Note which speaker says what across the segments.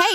Speaker 1: Hey,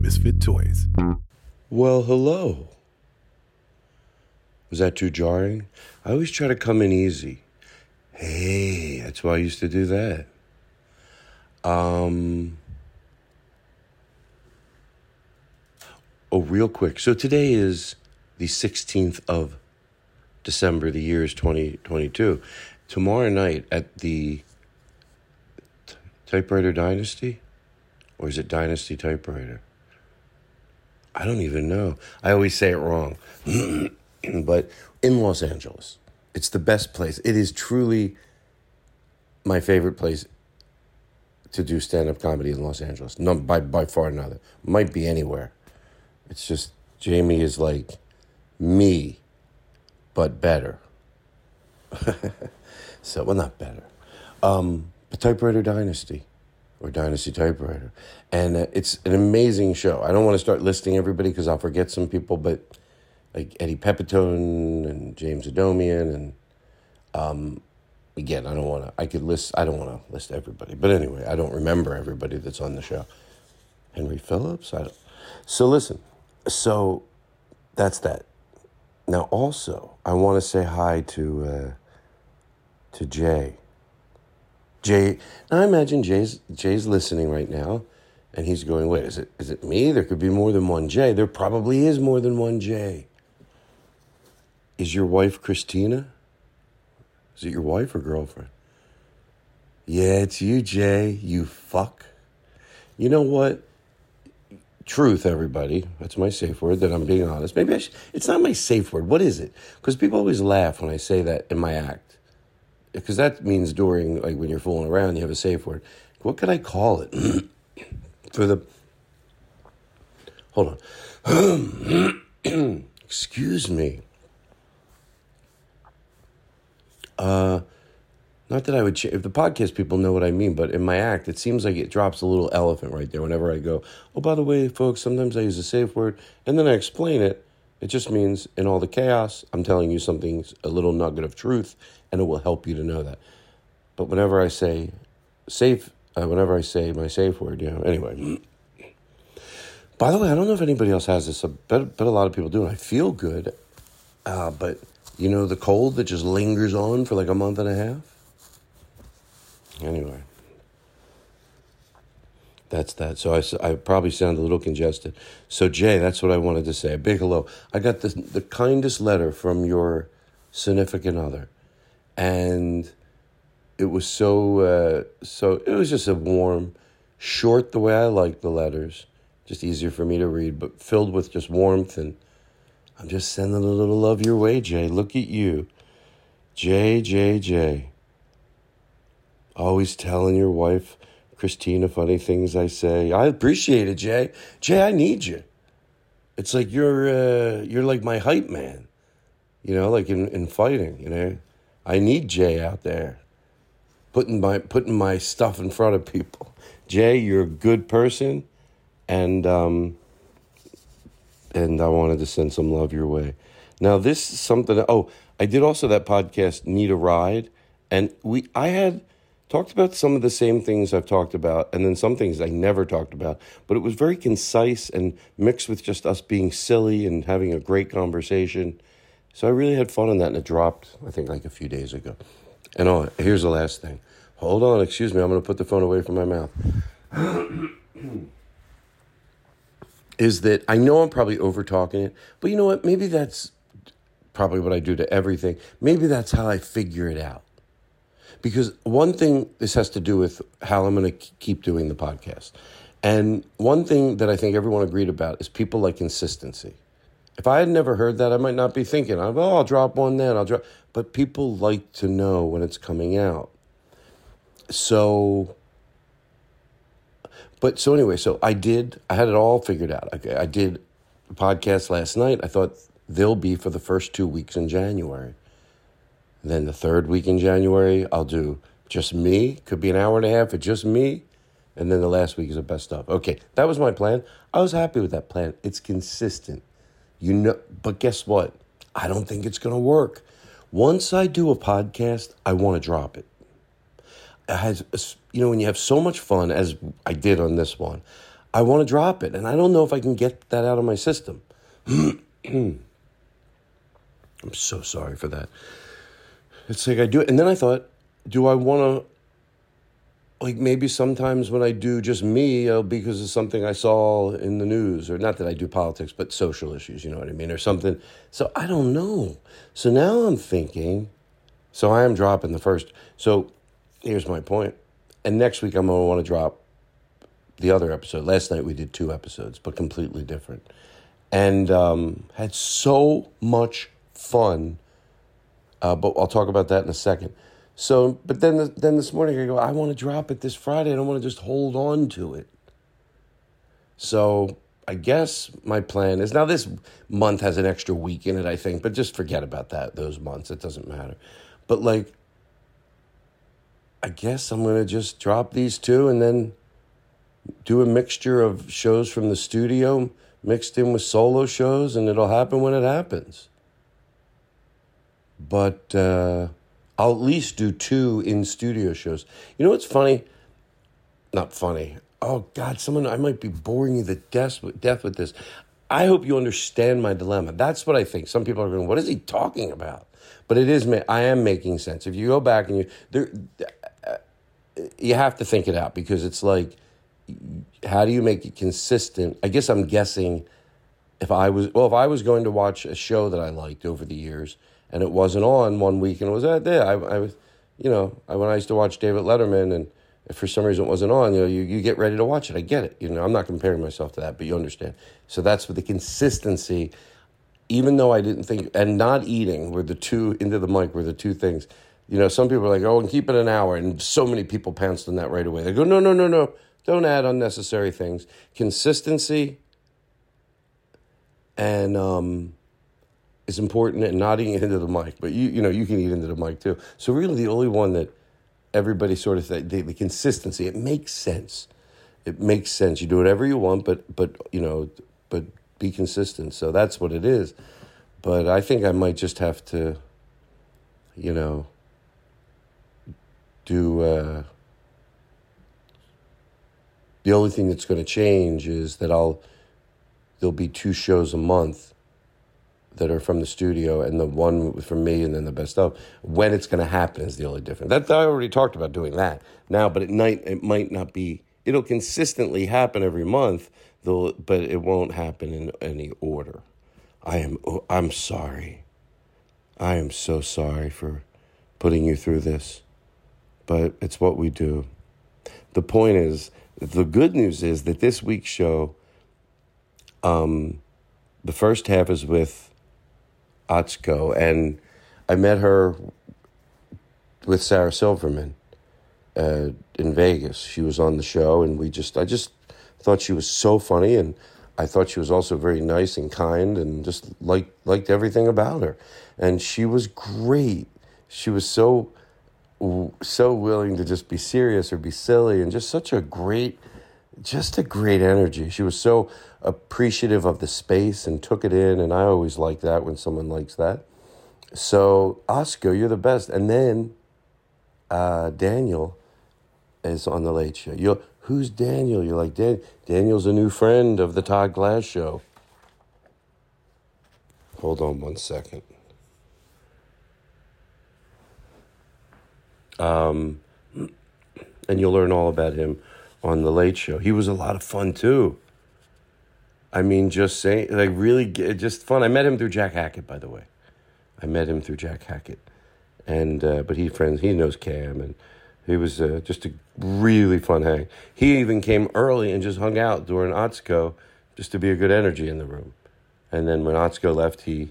Speaker 2: Misfit Toys.
Speaker 3: Well, hello. Was that too jarring? I always try to come in easy. Hey, that's why I used to do that. Um. Oh, real quick. So today is the 16th of December. The year is 2022. Tomorrow night at the T- Typewriter Dynasty? Or is it Dynasty Typewriter? I don't even know. I always say it wrong. but in Los Angeles, it's the best place. It is truly my favorite place to do stand up comedy in Los Angeles. No, by, by far another. Might be anywhere. It's just Jamie is like me, but better. so, well, not better. Um, but Typewriter Dynasty or Dynasty Typewriter. And uh, it's an amazing show. I don't want to start listing everybody because I'll forget some people, but like Eddie Pepitone and James Adomian and um, again, I don't want to, I could list, I don't want to list everybody. But anyway, I don't remember everybody that's on the show. Henry Phillips? I don't. So listen, so that's that. Now also, I want to say hi to, uh, to Jay. Jay. Now I imagine Jay's Jay's listening right now, and he's going, "Wait, is it is it me? There could be more than one Jay. There probably is more than one Jay. Is your wife Christina? Is it your wife or girlfriend? Yeah, it's you, Jay. You fuck. You know what? Truth, everybody. That's my safe word. That I'm being honest. Maybe I should, it's not my safe word. What is it? Because people always laugh when I say that in my act because that means during like when you're fooling around you have a safe word what could i call it for the hold on excuse me uh not that i would ch- if the podcast people know what i mean but in my act it seems like it drops a little elephant right there whenever i go oh by the way folks sometimes i use a safe word and then i explain it it just means in all the chaos, I'm telling you something, a little nugget of truth, and it will help you to know that. But whenever I say safe, uh, whenever I say my safe word, you know, anyway. By the way, I don't know if anybody else has this, but, but a lot of people do, and I feel good. Uh, but, you know, the cold that just lingers on for like a month and a half? Anyway. That's that. So I, s- I probably sound a little congested. So Jay, that's what I wanted to say. A big hello. I got the the kindest letter from your significant other, and it was so uh, so. It was just a warm, short the way I like the letters, just easier for me to read, but filled with just warmth. And I'm just sending a little love your way, Jay. Look at you, Jay, Jay, Jay always telling your wife Christina funny things I say. I appreciate it, Jay. Jay, I need you. It's like you're uh, you're like my hype man. You know, like in, in fighting, you know. I need Jay out there. Putting my putting my stuff in front of people. Jay, you're a good person and um, and I wanted to send some love your way. Now this is something. Oh, I did also that podcast Need a Ride, and we I had talked about some of the same things I've talked about, and then some things I never talked about. But it was very concise and mixed with just us being silly and having a great conversation. So I really had fun on that, and it dropped I think like a few days ago. And oh, here's the last thing. Hold on, excuse me. I'm going to put the phone away from my mouth. is that I know I'm probably over talking it, but you know what? Maybe that's probably what I do to everything. Maybe that's how I figure it out. Because one thing this has to do with how I'm going to keep doing the podcast. And one thing that I think everyone agreed about is people like consistency. If I had never heard that, I might not be thinking, oh, I'll drop one then, I'll drop. But people like to know when it's coming out. So but so anyway, so I did. I had it all figured out. Okay, I did a podcast last night. I thought they'll be for the first two weeks in January. Then the third week in January, I'll do just me. Could be an hour and a half of just me. And then the last week is the best of. Okay, that was my plan. I was happy with that plan. It's consistent. You know, but guess what? I don't think it's going to work. Once I do a podcast, I want to drop it has you know when you have so much fun as I did on this one, I want to drop it, and I don't know if I can get that out of my system. I'm so sorry for that. It's like I do it, and then I thought, do I want to? Like maybe sometimes when I do just me, uh, because of something I saw in the news, or not that I do politics, but social issues, you know what I mean, or something. So I don't know. So now I'm thinking. So I am dropping the first. So here's my point. And next week I'm gonna want to drop the other episode. Last night we did two episodes, but completely different, and um, had so much fun. Uh, but I'll talk about that in a second. So, but then th- then this morning I go, I want to drop it this Friday. I don't want to just hold on to it. So I guess my plan is now this month has an extra week in it, I think, but just forget about that, those months. It doesn't matter. But like, I guess I'm going to just drop these two and then do a mixture of shows from the studio mixed in with solo shows, and it'll happen when it happens. But uh, I'll at least do two in studio shows. You know what's funny? Not funny. Oh, God, someone, I might be boring you to death, death with this. I hope you understand my dilemma. That's what I think. Some people are going, what is he talking about? But it is, ma- I am making sense. If you go back and you, there, you have to think it out because it's like how do you make it consistent i guess i'm guessing if i was well if i was going to watch a show that i liked over the years and it wasn't on one week and it was out there i, I was you know I, when i used to watch david letterman and if for some reason it wasn't on you know you, you get ready to watch it i get it you know i'm not comparing myself to that but you understand so that's with the consistency even though i didn't think and not eating were the two into the mic were the two things you know, some people are like, oh, and keep it an hour. And so many people pounced on that right away. They go, no, no, no, no. Don't add unnecessary things. Consistency and um, is important and not eating into the mic. But, you, you know, you can eat into the mic too. So really the only one that everybody sort of, th- the, the consistency, it makes sense. It makes sense. You do whatever you want, but, but you know, but be consistent. So that's what it is. But I think I might just have to, you know do uh, the only thing that's going to change is that I'll there'll be two shows a month that are from the studio and the one from me and then the best of when it's going to happen is the only difference that I already talked about doing that now but at night it might not be it'll consistently happen every month though but it won't happen in any order I am oh, I'm sorry I am so sorry for putting you through this but it's what we do. The point is, the good news is that this week's show, um, the first half is with Atsuko, and I met her with Sarah Silverman uh, in Vegas. She was on the show, and we just, I just thought she was so funny, and I thought she was also very nice and kind, and just liked liked everything about her, and she was great. She was so so willing to just be serious or be silly and just such a great just a great energy. She was so appreciative of the space and took it in. And I always like that when someone likes that. So, Oscar, you're the best. And then uh, Daniel is on the late show. You're, who's Daniel? You're like, Dan- Daniel's a new friend of the Todd Glass show. Hold on one second. Um, and you'll learn all about him on the Late Show. He was a lot of fun too. I mean, just saying, like really, g- just fun. I met him through Jack Hackett, by the way. I met him through Jack Hackett, and uh, but he friends, he knows Cam, and he was uh, just a really fun hang. He even came early and just hung out during Otzko, just to be a good energy in the room. And then when Otzko left, he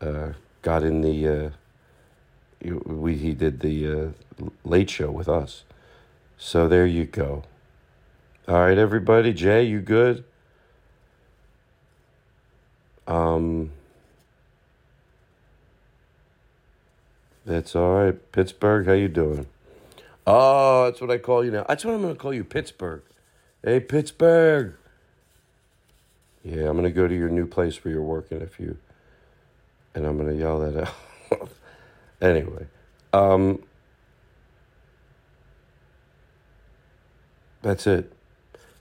Speaker 3: uh, got in the. Uh, we he did the uh, late show with us. So there you go. All right, everybody. Jay, you good? Um, that's all right. Pittsburgh, how you doing? Oh, that's what I call you now. That's what I'm going to call you, Pittsburgh. Hey, Pittsburgh. Yeah, I'm going to go to your new place where you're working if you, and I'm going to yell that out. anyway, um, that's it.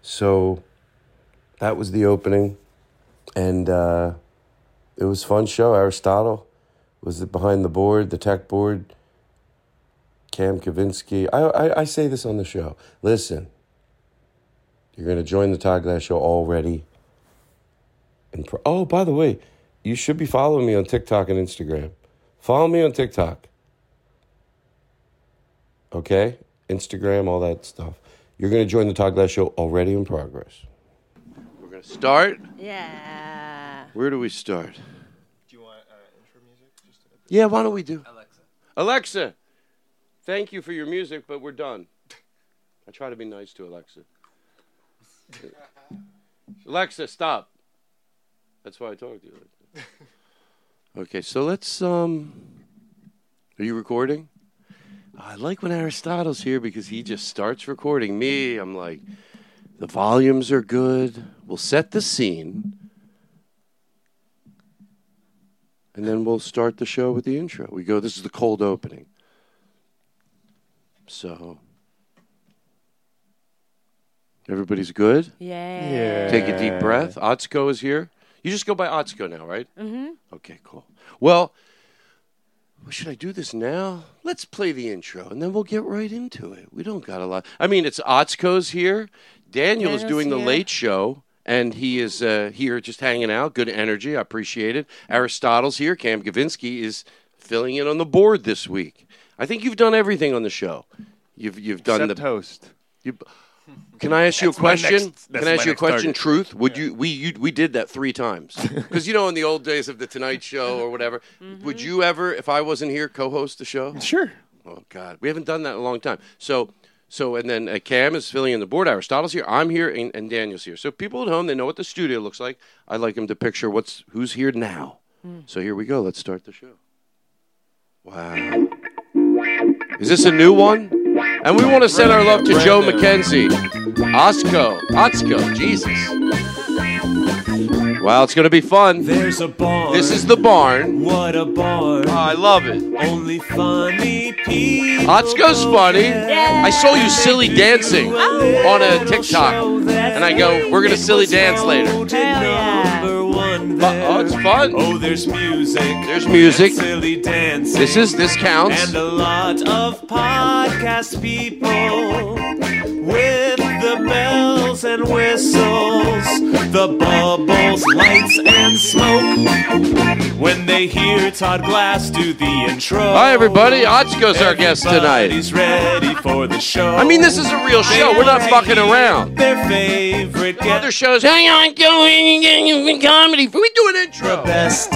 Speaker 3: So that was the opening, and uh, it was a fun show. Aristotle was behind the board, the tech board. Cam Kavinsky. I, I, I say this on the show. Listen, you're going to join the Todd Glass show already. And pro- oh, by the way, you should be following me on TikTok and Instagram. Follow me on TikTok. Okay? Instagram, all that stuff. You're going to join the Todd Glass show already in progress. We're going to start.
Speaker 4: Yeah.
Speaker 3: Where do we start? Do you want uh, intro music? Just yeah, why don't we do? Alexa. Alexa, thank you for your music, but we're done. I try to be nice to Alexa. Alexa, stop. That's why I talk to you. Like that. okay, so let's. um Are you recording? I like when Aristotle's here because he just starts recording me. I'm like, the volumes are good. We'll set the scene. and then we'll start the show with the intro. We go, this is the cold opening. So, everybody's good?
Speaker 4: Yeah.
Speaker 3: Take a deep breath. Otzko is here. You just go by Otzko now, right?
Speaker 4: Mm-hmm.
Speaker 3: Okay, cool. Well, should I do this now? Let's play the intro and then we'll get right into it. We don't got a lot. I mean, it's Otzko's here. Daniel is
Speaker 4: Daniel's
Speaker 3: doing the
Speaker 4: here.
Speaker 3: late show and he is uh, here just hanging out. Good energy. I appreciate it. Aristotle's here. Cam Gavinsky is filling in on the board this week. I think you've done everything on the show. You've you've done
Speaker 5: Except
Speaker 3: the
Speaker 5: host.
Speaker 3: You, can I ask you a
Speaker 5: That's my
Speaker 3: question?
Speaker 5: next- that's
Speaker 3: Can I ask
Speaker 5: my
Speaker 3: you a
Speaker 5: next
Speaker 3: question?
Speaker 5: target.
Speaker 3: Truth? Would you we you, we did that three times because you know in the old days of the Tonight Show or whatever, would you ever if I wasn't here co-host the show?
Speaker 5: Sure.
Speaker 3: Oh God, we haven't done that in a long time. So so and then uh, Cam is filling in the board. Aristotle's here. I'm here, and, and Daniel's here. So people at home they know what the studio looks like. I'd like them to picture what's who's here now. So here we go. Let's start the show. Wow. Is this a new one? And we want to send our love to
Speaker 5: Brand
Speaker 3: Joe
Speaker 5: new.
Speaker 3: McKenzie, Osco, Otzko, Jesus. Wow, it's going to be fun.
Speaker 6: There's a barn.
Speaker 3: This is the barn.
Speaker 6: what a barn.
Speaker 3: Oh, I love it.
Speaker 6: Only funny people.
Speaker 3: Otzko's funny. I saw you silly dancing
Speaker 6: Oh.
Speaker 3: on a TikTok. And I go, we're going to silly dance later.
Speaker 6: Number one
Speaker 3: Fu- Oh,
Speaker 6: there.
Speaker 3: it's fun.
Speaker 6: Oh, there's music.
Speaker 3: There's music.
Speaker 6: and Silly dancing.
Speaker 3: This is, this counts.
Speaker 6: And a lot of podcast people with the bells and whistles, the bubbles, lights, and smoke. When they hear Todd Glass do the intro.
Speaker 3: Hi, everybody. Otzko's our guest tonight.
Speaker 6: Everybody's ready for the show.
Speaker 3: I mean, this is a real show. We're not fucking around.
Speaker 6: Their favorite
Speaker 3: Other
Speaker 6: guest,
Speaker 3: shows, hang on, going, going, comedy. We do an
Speaker 6: the
Speaker 3: intro.
Speaker 6: best.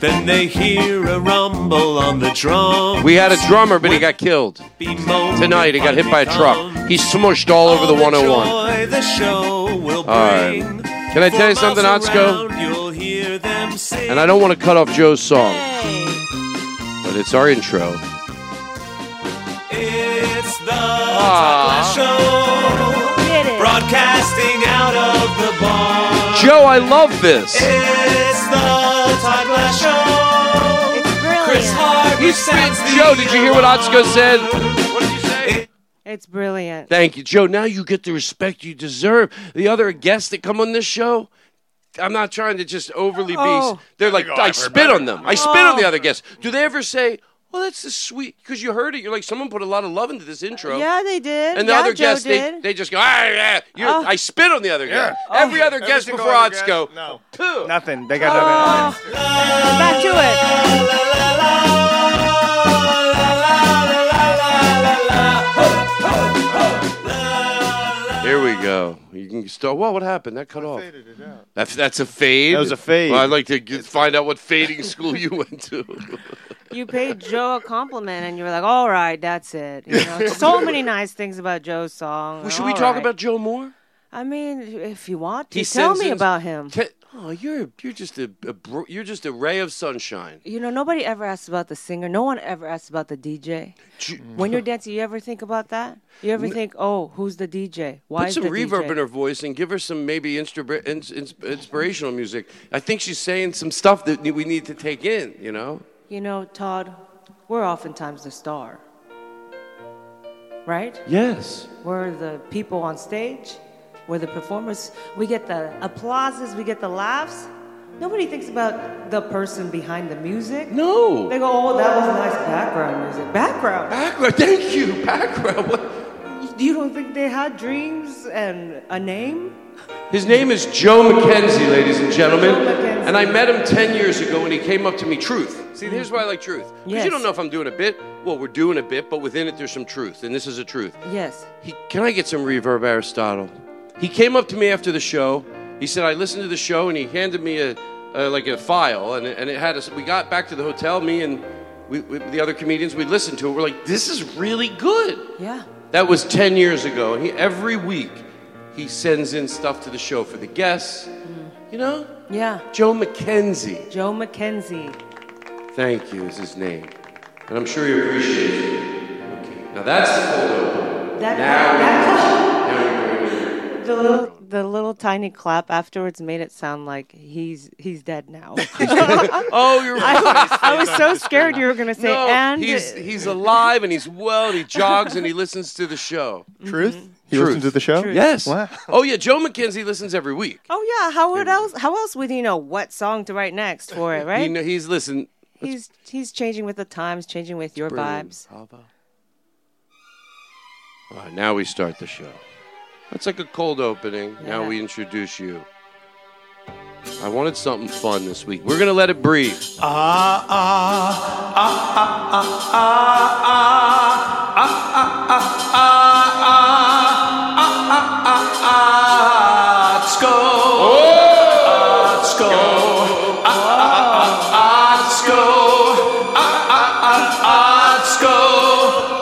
Speaker 6: then they hear a rumble on the drum.
Speaker 3: We had a drummer, but he got killed. Tonight, he got hit by a truck. He smushed all over the 101.
Speaker 6: Joy the show will
Speaker 3: All right.
Speaker 6: bring.
Speaker 3: Can I tell you
Speaker 6: From
Speaker 3: something,
Speaker 6: miles
Speaker 3: Otzko?
Speaker 6: around, You'll hear them sing.
Speaker 3: And I don't want to cut off Joe's song, but it's our intro.
Speaker 6: It's the
Speaker 3: Ah.
Speaker 6: Todd Glass Show.
Speaker 4: Did it.
Speaker 7: of the barn.
Speaker 3: Joe, I love this.
Speaker 7: It's the Todd Glass Show.
Speaker 4: It's brilliant.
Speaker 7: Chris Hardwick
Speaker 3: He's
Speaker 7: sounds the
Speaker 3: Joe, did you hear what
Speaker 7: alarm.
Speaker 3: Otsko said? What did you say?
Speaker 4: It's brilliant.
Speaker 3: Thank you, Joe. Now you get the respect you deserve. The other guests that come on this show, I'm not trying to just overly be.
Speaker 4: Oh.
Speaker 3: They're like, I spit on them. I spit on the other guests. Do they ever say, "Well, that's the sweet"? Because you heard it, you're like, someone put a lot of love into this intro.
Speaker 4: Yeah, they did.
Speaker 3: And the
Speaker 4: yeah,
Speaker 3: other
Speaker 4: Joe
Speaker 3: guests, they,
Speaker 4: did. Oh.
Speaker 3: they just go, ah, yeah. You're, I spit on the other guy. Every other guest
Speaker 6: single
Speaker 3: before
Speaker 6: other
Speaker 3: Otsko.
Speaker 6: guest, no.
Speaker 3: poo.
Speaker 6: Nothing. They got nothing. on it.
Speaker 4: Back to it.
Speaker 3: Here we go. You can start. Whoa, what happened? That cut off. That's that's a fade.
Speaker 6: That was a fade.
Speaker 3: Well, I'd like to get, find out what fading school you went to.
Speaker 4: You paid Joe a compliment, and you were like, "All right, that's it." You know, so many nice things about Joe's song.
Speaker 3: Well, should we
Speaker 4: All
Speaker 3: talk
Speaker 4: right.
Speaker 3: about Joe Moore?
Speaker 4: I mean, if you want to,
Speaker 3: He
Speaker 4: tell
Speaker 3: sends
Speaker 4: me
Speaker 3: in-
Speaker 4: about him.
Speaker 3: Te- oh, you're you're just a, a bro- you're just a ray of sunshine.
Speaker 4: You know, nobody ever asks about the singer. No one ever asks about the DJ.
Speaker 3: Ju-
Speaker 4: When you're dancing, you ever think about that? You ever think, "Oh, who's the DJ? Why
Speaker 3: Put
Speaker 4: is
Speaker 3: some
Speaker 4: the
Speaker 3: reverb
Speaker 4: DJ?
Speaker 3: in her voice and give her some maybe instru- ins- ins- inspirational music. I think she's saying some stuff that we need to take in. You know.
Speaker 4: You know, Todd, we're oftentimes the star, right?
Speaker 3: Yes.
Speaker 4: We're the people on stage. We're the performers. We get the applauses. We get the laughs. Nobody thinks about the person behind the music.
Speaker 3: No.
Speaker 4: They go, oh, that was nice background music. Background.
Speaker 3: Background. Thank you. Background. What?
Speaker 4: You don't think they had dreams and a name?
Speaker 3: His name is Joe McKenzie, ladies and gentlemen.
Speaker 4: Joe McKenzie.
Speaker 3: And I met him 10 years ago when he came up to me, truth. See, here's why I like truth. Because you
Speaker 4: Mm. Yes.
Speaker 3: don't know if I'm doing a bit. Well, we're doing a bit, but within it, there's some truth. And this is a truth.
Speaker 4: Yes.
Speaker 3: He, can I get some reverb, Aristotle? He came up to me after the show. He said, I listened to the show, and he handed me a, a like a file, and it, and it had us. We got back to the hotel, me and we, we, the other comedians, we listened to it. We're like, this is really good.
Speaker 4: Yeah.
Speaker 3: That was 10 years ago. And he, every week, he sends in stuff to the show for the guests. You know?
Speaker 4: Yeah.
Speaker 3: Joe McKenzie.
Speaker 4: Joe McKenzie.
Speaker 3: Thank you, is his name. And I'm sure you appreciate it. Okay. Now that's the cold open.
Speaker 4: That,
Speaker 3: Now-
Speaker 4: that- the little the little tiny clap afterwards made it sound like he's he's dead now.
Speaker 3: Oh, you're right.
Speaker 4: I, I was so scared you were gonna say
Speaker 3: No,
Speaker 4: and
Speaker 3: he's, he's alive and he's well and he jogs and he listens to the show.
Speaker 6: Truth? He
Speaker 3: Truth.
Speaker 6: listened to the show?
Speaker 3: Yes.
Speaker 6: Wow.
Speaker 3: Oh, yeah. Joe McKenzie listens every week.
Speaker 4: Oh yeah, how would else? How else would he know what song to write next for it?
Speaker 3: He
Speaker 4: Right?
Speaker 3: kn- he's listened.
Speaker 4: he's he's changing with the times, changing with your vibes.
Speaker 3: Bravo. All right, now we start the show. It's like a cold opening. Now
Speaker 4: Yeah.
Speaker 3: we introduce you. I wanted something fun this week. We're gonna let it breathe.
Speaker 7: Ah, ah, ah, ah, ah, ah, ah, ah, ah, ah, ah, ah, ah, ah, ah, Atsuko. Atsuko. Ah, ah, ah, Atsuko. Ah, ah, ah, Atsuko.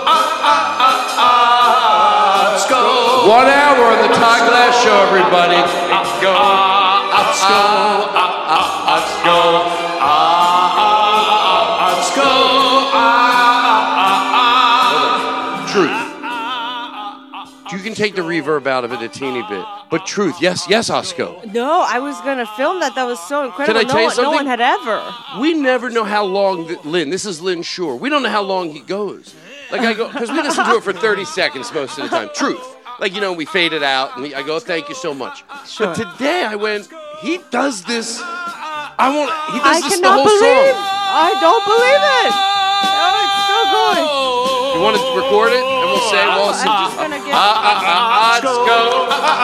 Speaker 7: Ah, ah, ah, Atsuko.
Speaker 3: One hour on the Todd Glass Show, everybody. Go. Truth. You can take the reverb out of it a teeny bit, but truth. Yes, yes, Osco.
Speaker 4: No, I was gonna film that. That was so incredible.
Speaker 3: Can I
Speaker 4: no,
Speaker 3: tell you
Speaker 4: one, no one
Speaker 3: something?
Speaker 4: had ever.
Speaker 3: We never know how long that Lynn. This is Lynn Shore. We don't know how long he goes. Like I go because we listen to it for thirty seconds most of the time. Truth. Like you know, we fade it out, and I go, "Thank you so much." But today I went. He does this. I won't. He does
Speaker 4: I
Speaker 3: this the
Speaker 4: cannot
Speaker 3: whole
Speaker 4: believe.
Speaker 3: song.
Speaker 4: I don't believe it. Oh, it's so good.
Speaker 3: You want to record it, and we'll say, "Well, it's
Speaker 4: I'm just gonna get.
Speaker 3: ah, ah, ah, let's go." uh,
Speaker 4: wow.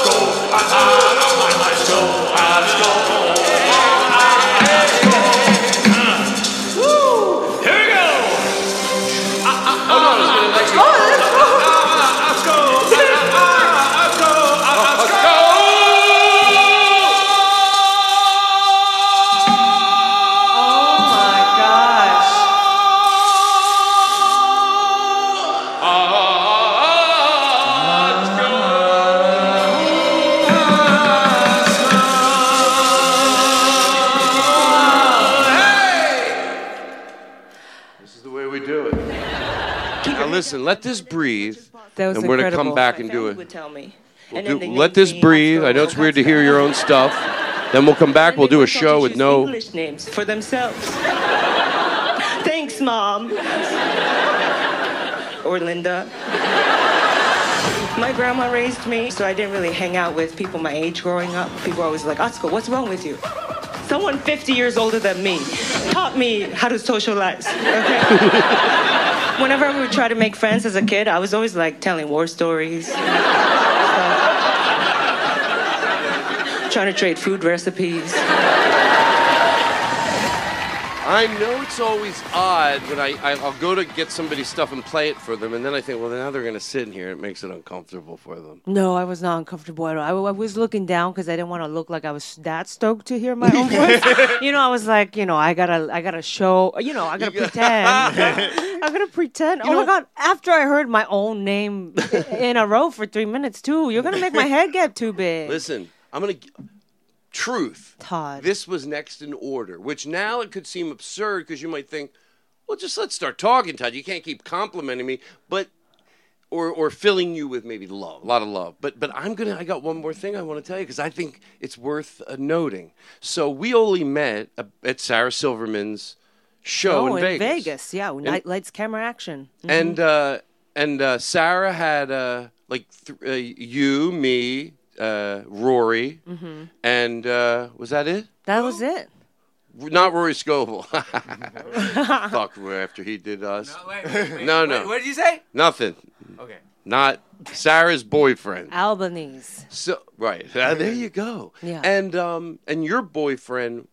Speaker 3: Oh no, it's gonna like.
Speaker 4: Oh, that's cool. Oh
Speaker 3: listen, let this breathe,
Speaker 4: That was
Speaker 3: and we're to
Speaker 4: incredible.
Speaker 3: come back and do
Speaker 8: would
Speaker 3: it.
Speaker 8: tell me.
Speaker 3: We'll
Speaker 8: And then
Speaker 3: do,
Speaker 8: they
Speaker 3: let
Speaker 8: named
Speaker 3: this
Speaker 8: me
Speaker 3: breathe. I know it's weird to hear your own stuff. Then we'll come back. We'll do a show with no.
Speaker 8: English names for themselves. Thanks, Mom. or Linda. My grandma raised me, so I didn't really hang out with people my age growing up. People were always like, Oscar, what's wrong with you? Someone 50 years older than me taught me how to socialize. Okay? Whenever we would try to make friends as a kid, I was always like telling war stories, trying to trade food recipes.
Speaker 3: I know it's always odd when I, I I'll go to get somebody's stuff and play it for them, and then I think, well, now they're going to sit in here. It makes it uncomfortable for them.
Speaker 4: No, I was not uncomfortable at all. I, w- I was looking down because I didn't want to look like I was that stoked to hear my own voice. you know, I was like, you know, I gotta, I gotta show. You know, I gotta pretend. I'm gonna pretend. oh my god! After I heard my own name i- in a row for three minutes, too, you're gonna make my head get too big.
Speaker 3: Listen, I'm going to. Truth.
Speaker 4: Todd.
Speaker 3: This was next in order, which now it could seem absurd because you might think, well, just let's start talking, Todd. You can't keep complimenting me, but or or filling you with maybe love, a lot of love. But but I'm gonna. I got one more thing I want to tell you because I think it's worth uh, noting. So we only met uh, at Sarah Silverman's show
Speaker 4: oh,
Speaker 3: in Vegas.
Speaker 4: yeah, night lights, camera, action. Mhm.
Speaker 3: And uh, and uh, Sarah had uh, like th- uh, you, me, uh, Rory,
Speaker 4: Mhm.
Speaker 3: and uh, was that it?
Speaker 4: that was
Speaker 3: Oh.
Speaker 4: it.
Speaker 3: Not Rory Scovel. Fuck Rory after he did us. No,
Speaker 6: wait,
Speaker 3: no,
Speaker 6: wait,
Speaker 3: no.
Speaker 6: what did you say?
Speaker 3: Nothing.
Speaker 6: Okay.
Speaker 3: Not Sarah's boyfriend.
Speaker 4: Albanese.
Speaker 3: So right Uh, there you go.
Speaker 4: Uh, Yeah.
Speaker 3: And um and your boyfriend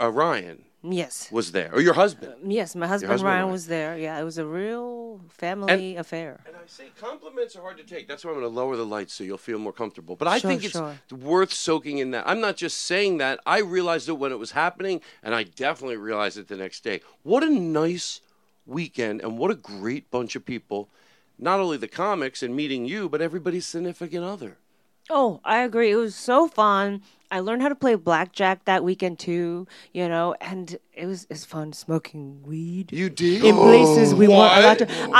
Speaker 3: uh, Ryan
Speaker 4: Yes.
Speaker 3: was there, or your husband.
Speaker 4: Yes, my husband,
Speaker 3: husband
Speaker 4: Ryan
Speaker 3: went.
Speaker 4: was there. Yeah, it was a real family affair.
Speaker 3: And I say compliments are hard to take. That's why I'm going to lower the lights so you'll feel more comfortable. But I
Speaker 4: Sure,
Speaker 3: think it's
Speaker 4: sure.
Speaker 3: worth soaking in that. I'm not just saying that. I realized it when it was happening, and I definitely realized it the next day. What a nice weekend, and what a great bunch of people. Not only the comics and meeting you, but everybody's significant other.
Speaker 4: Oh, I agree. It was so fun. I learned how to play blackjack that weekend too, you know, and it was it's fun smoking weed.
Speaker 3: You did
Speaker 4: in places we weren't allowed to. I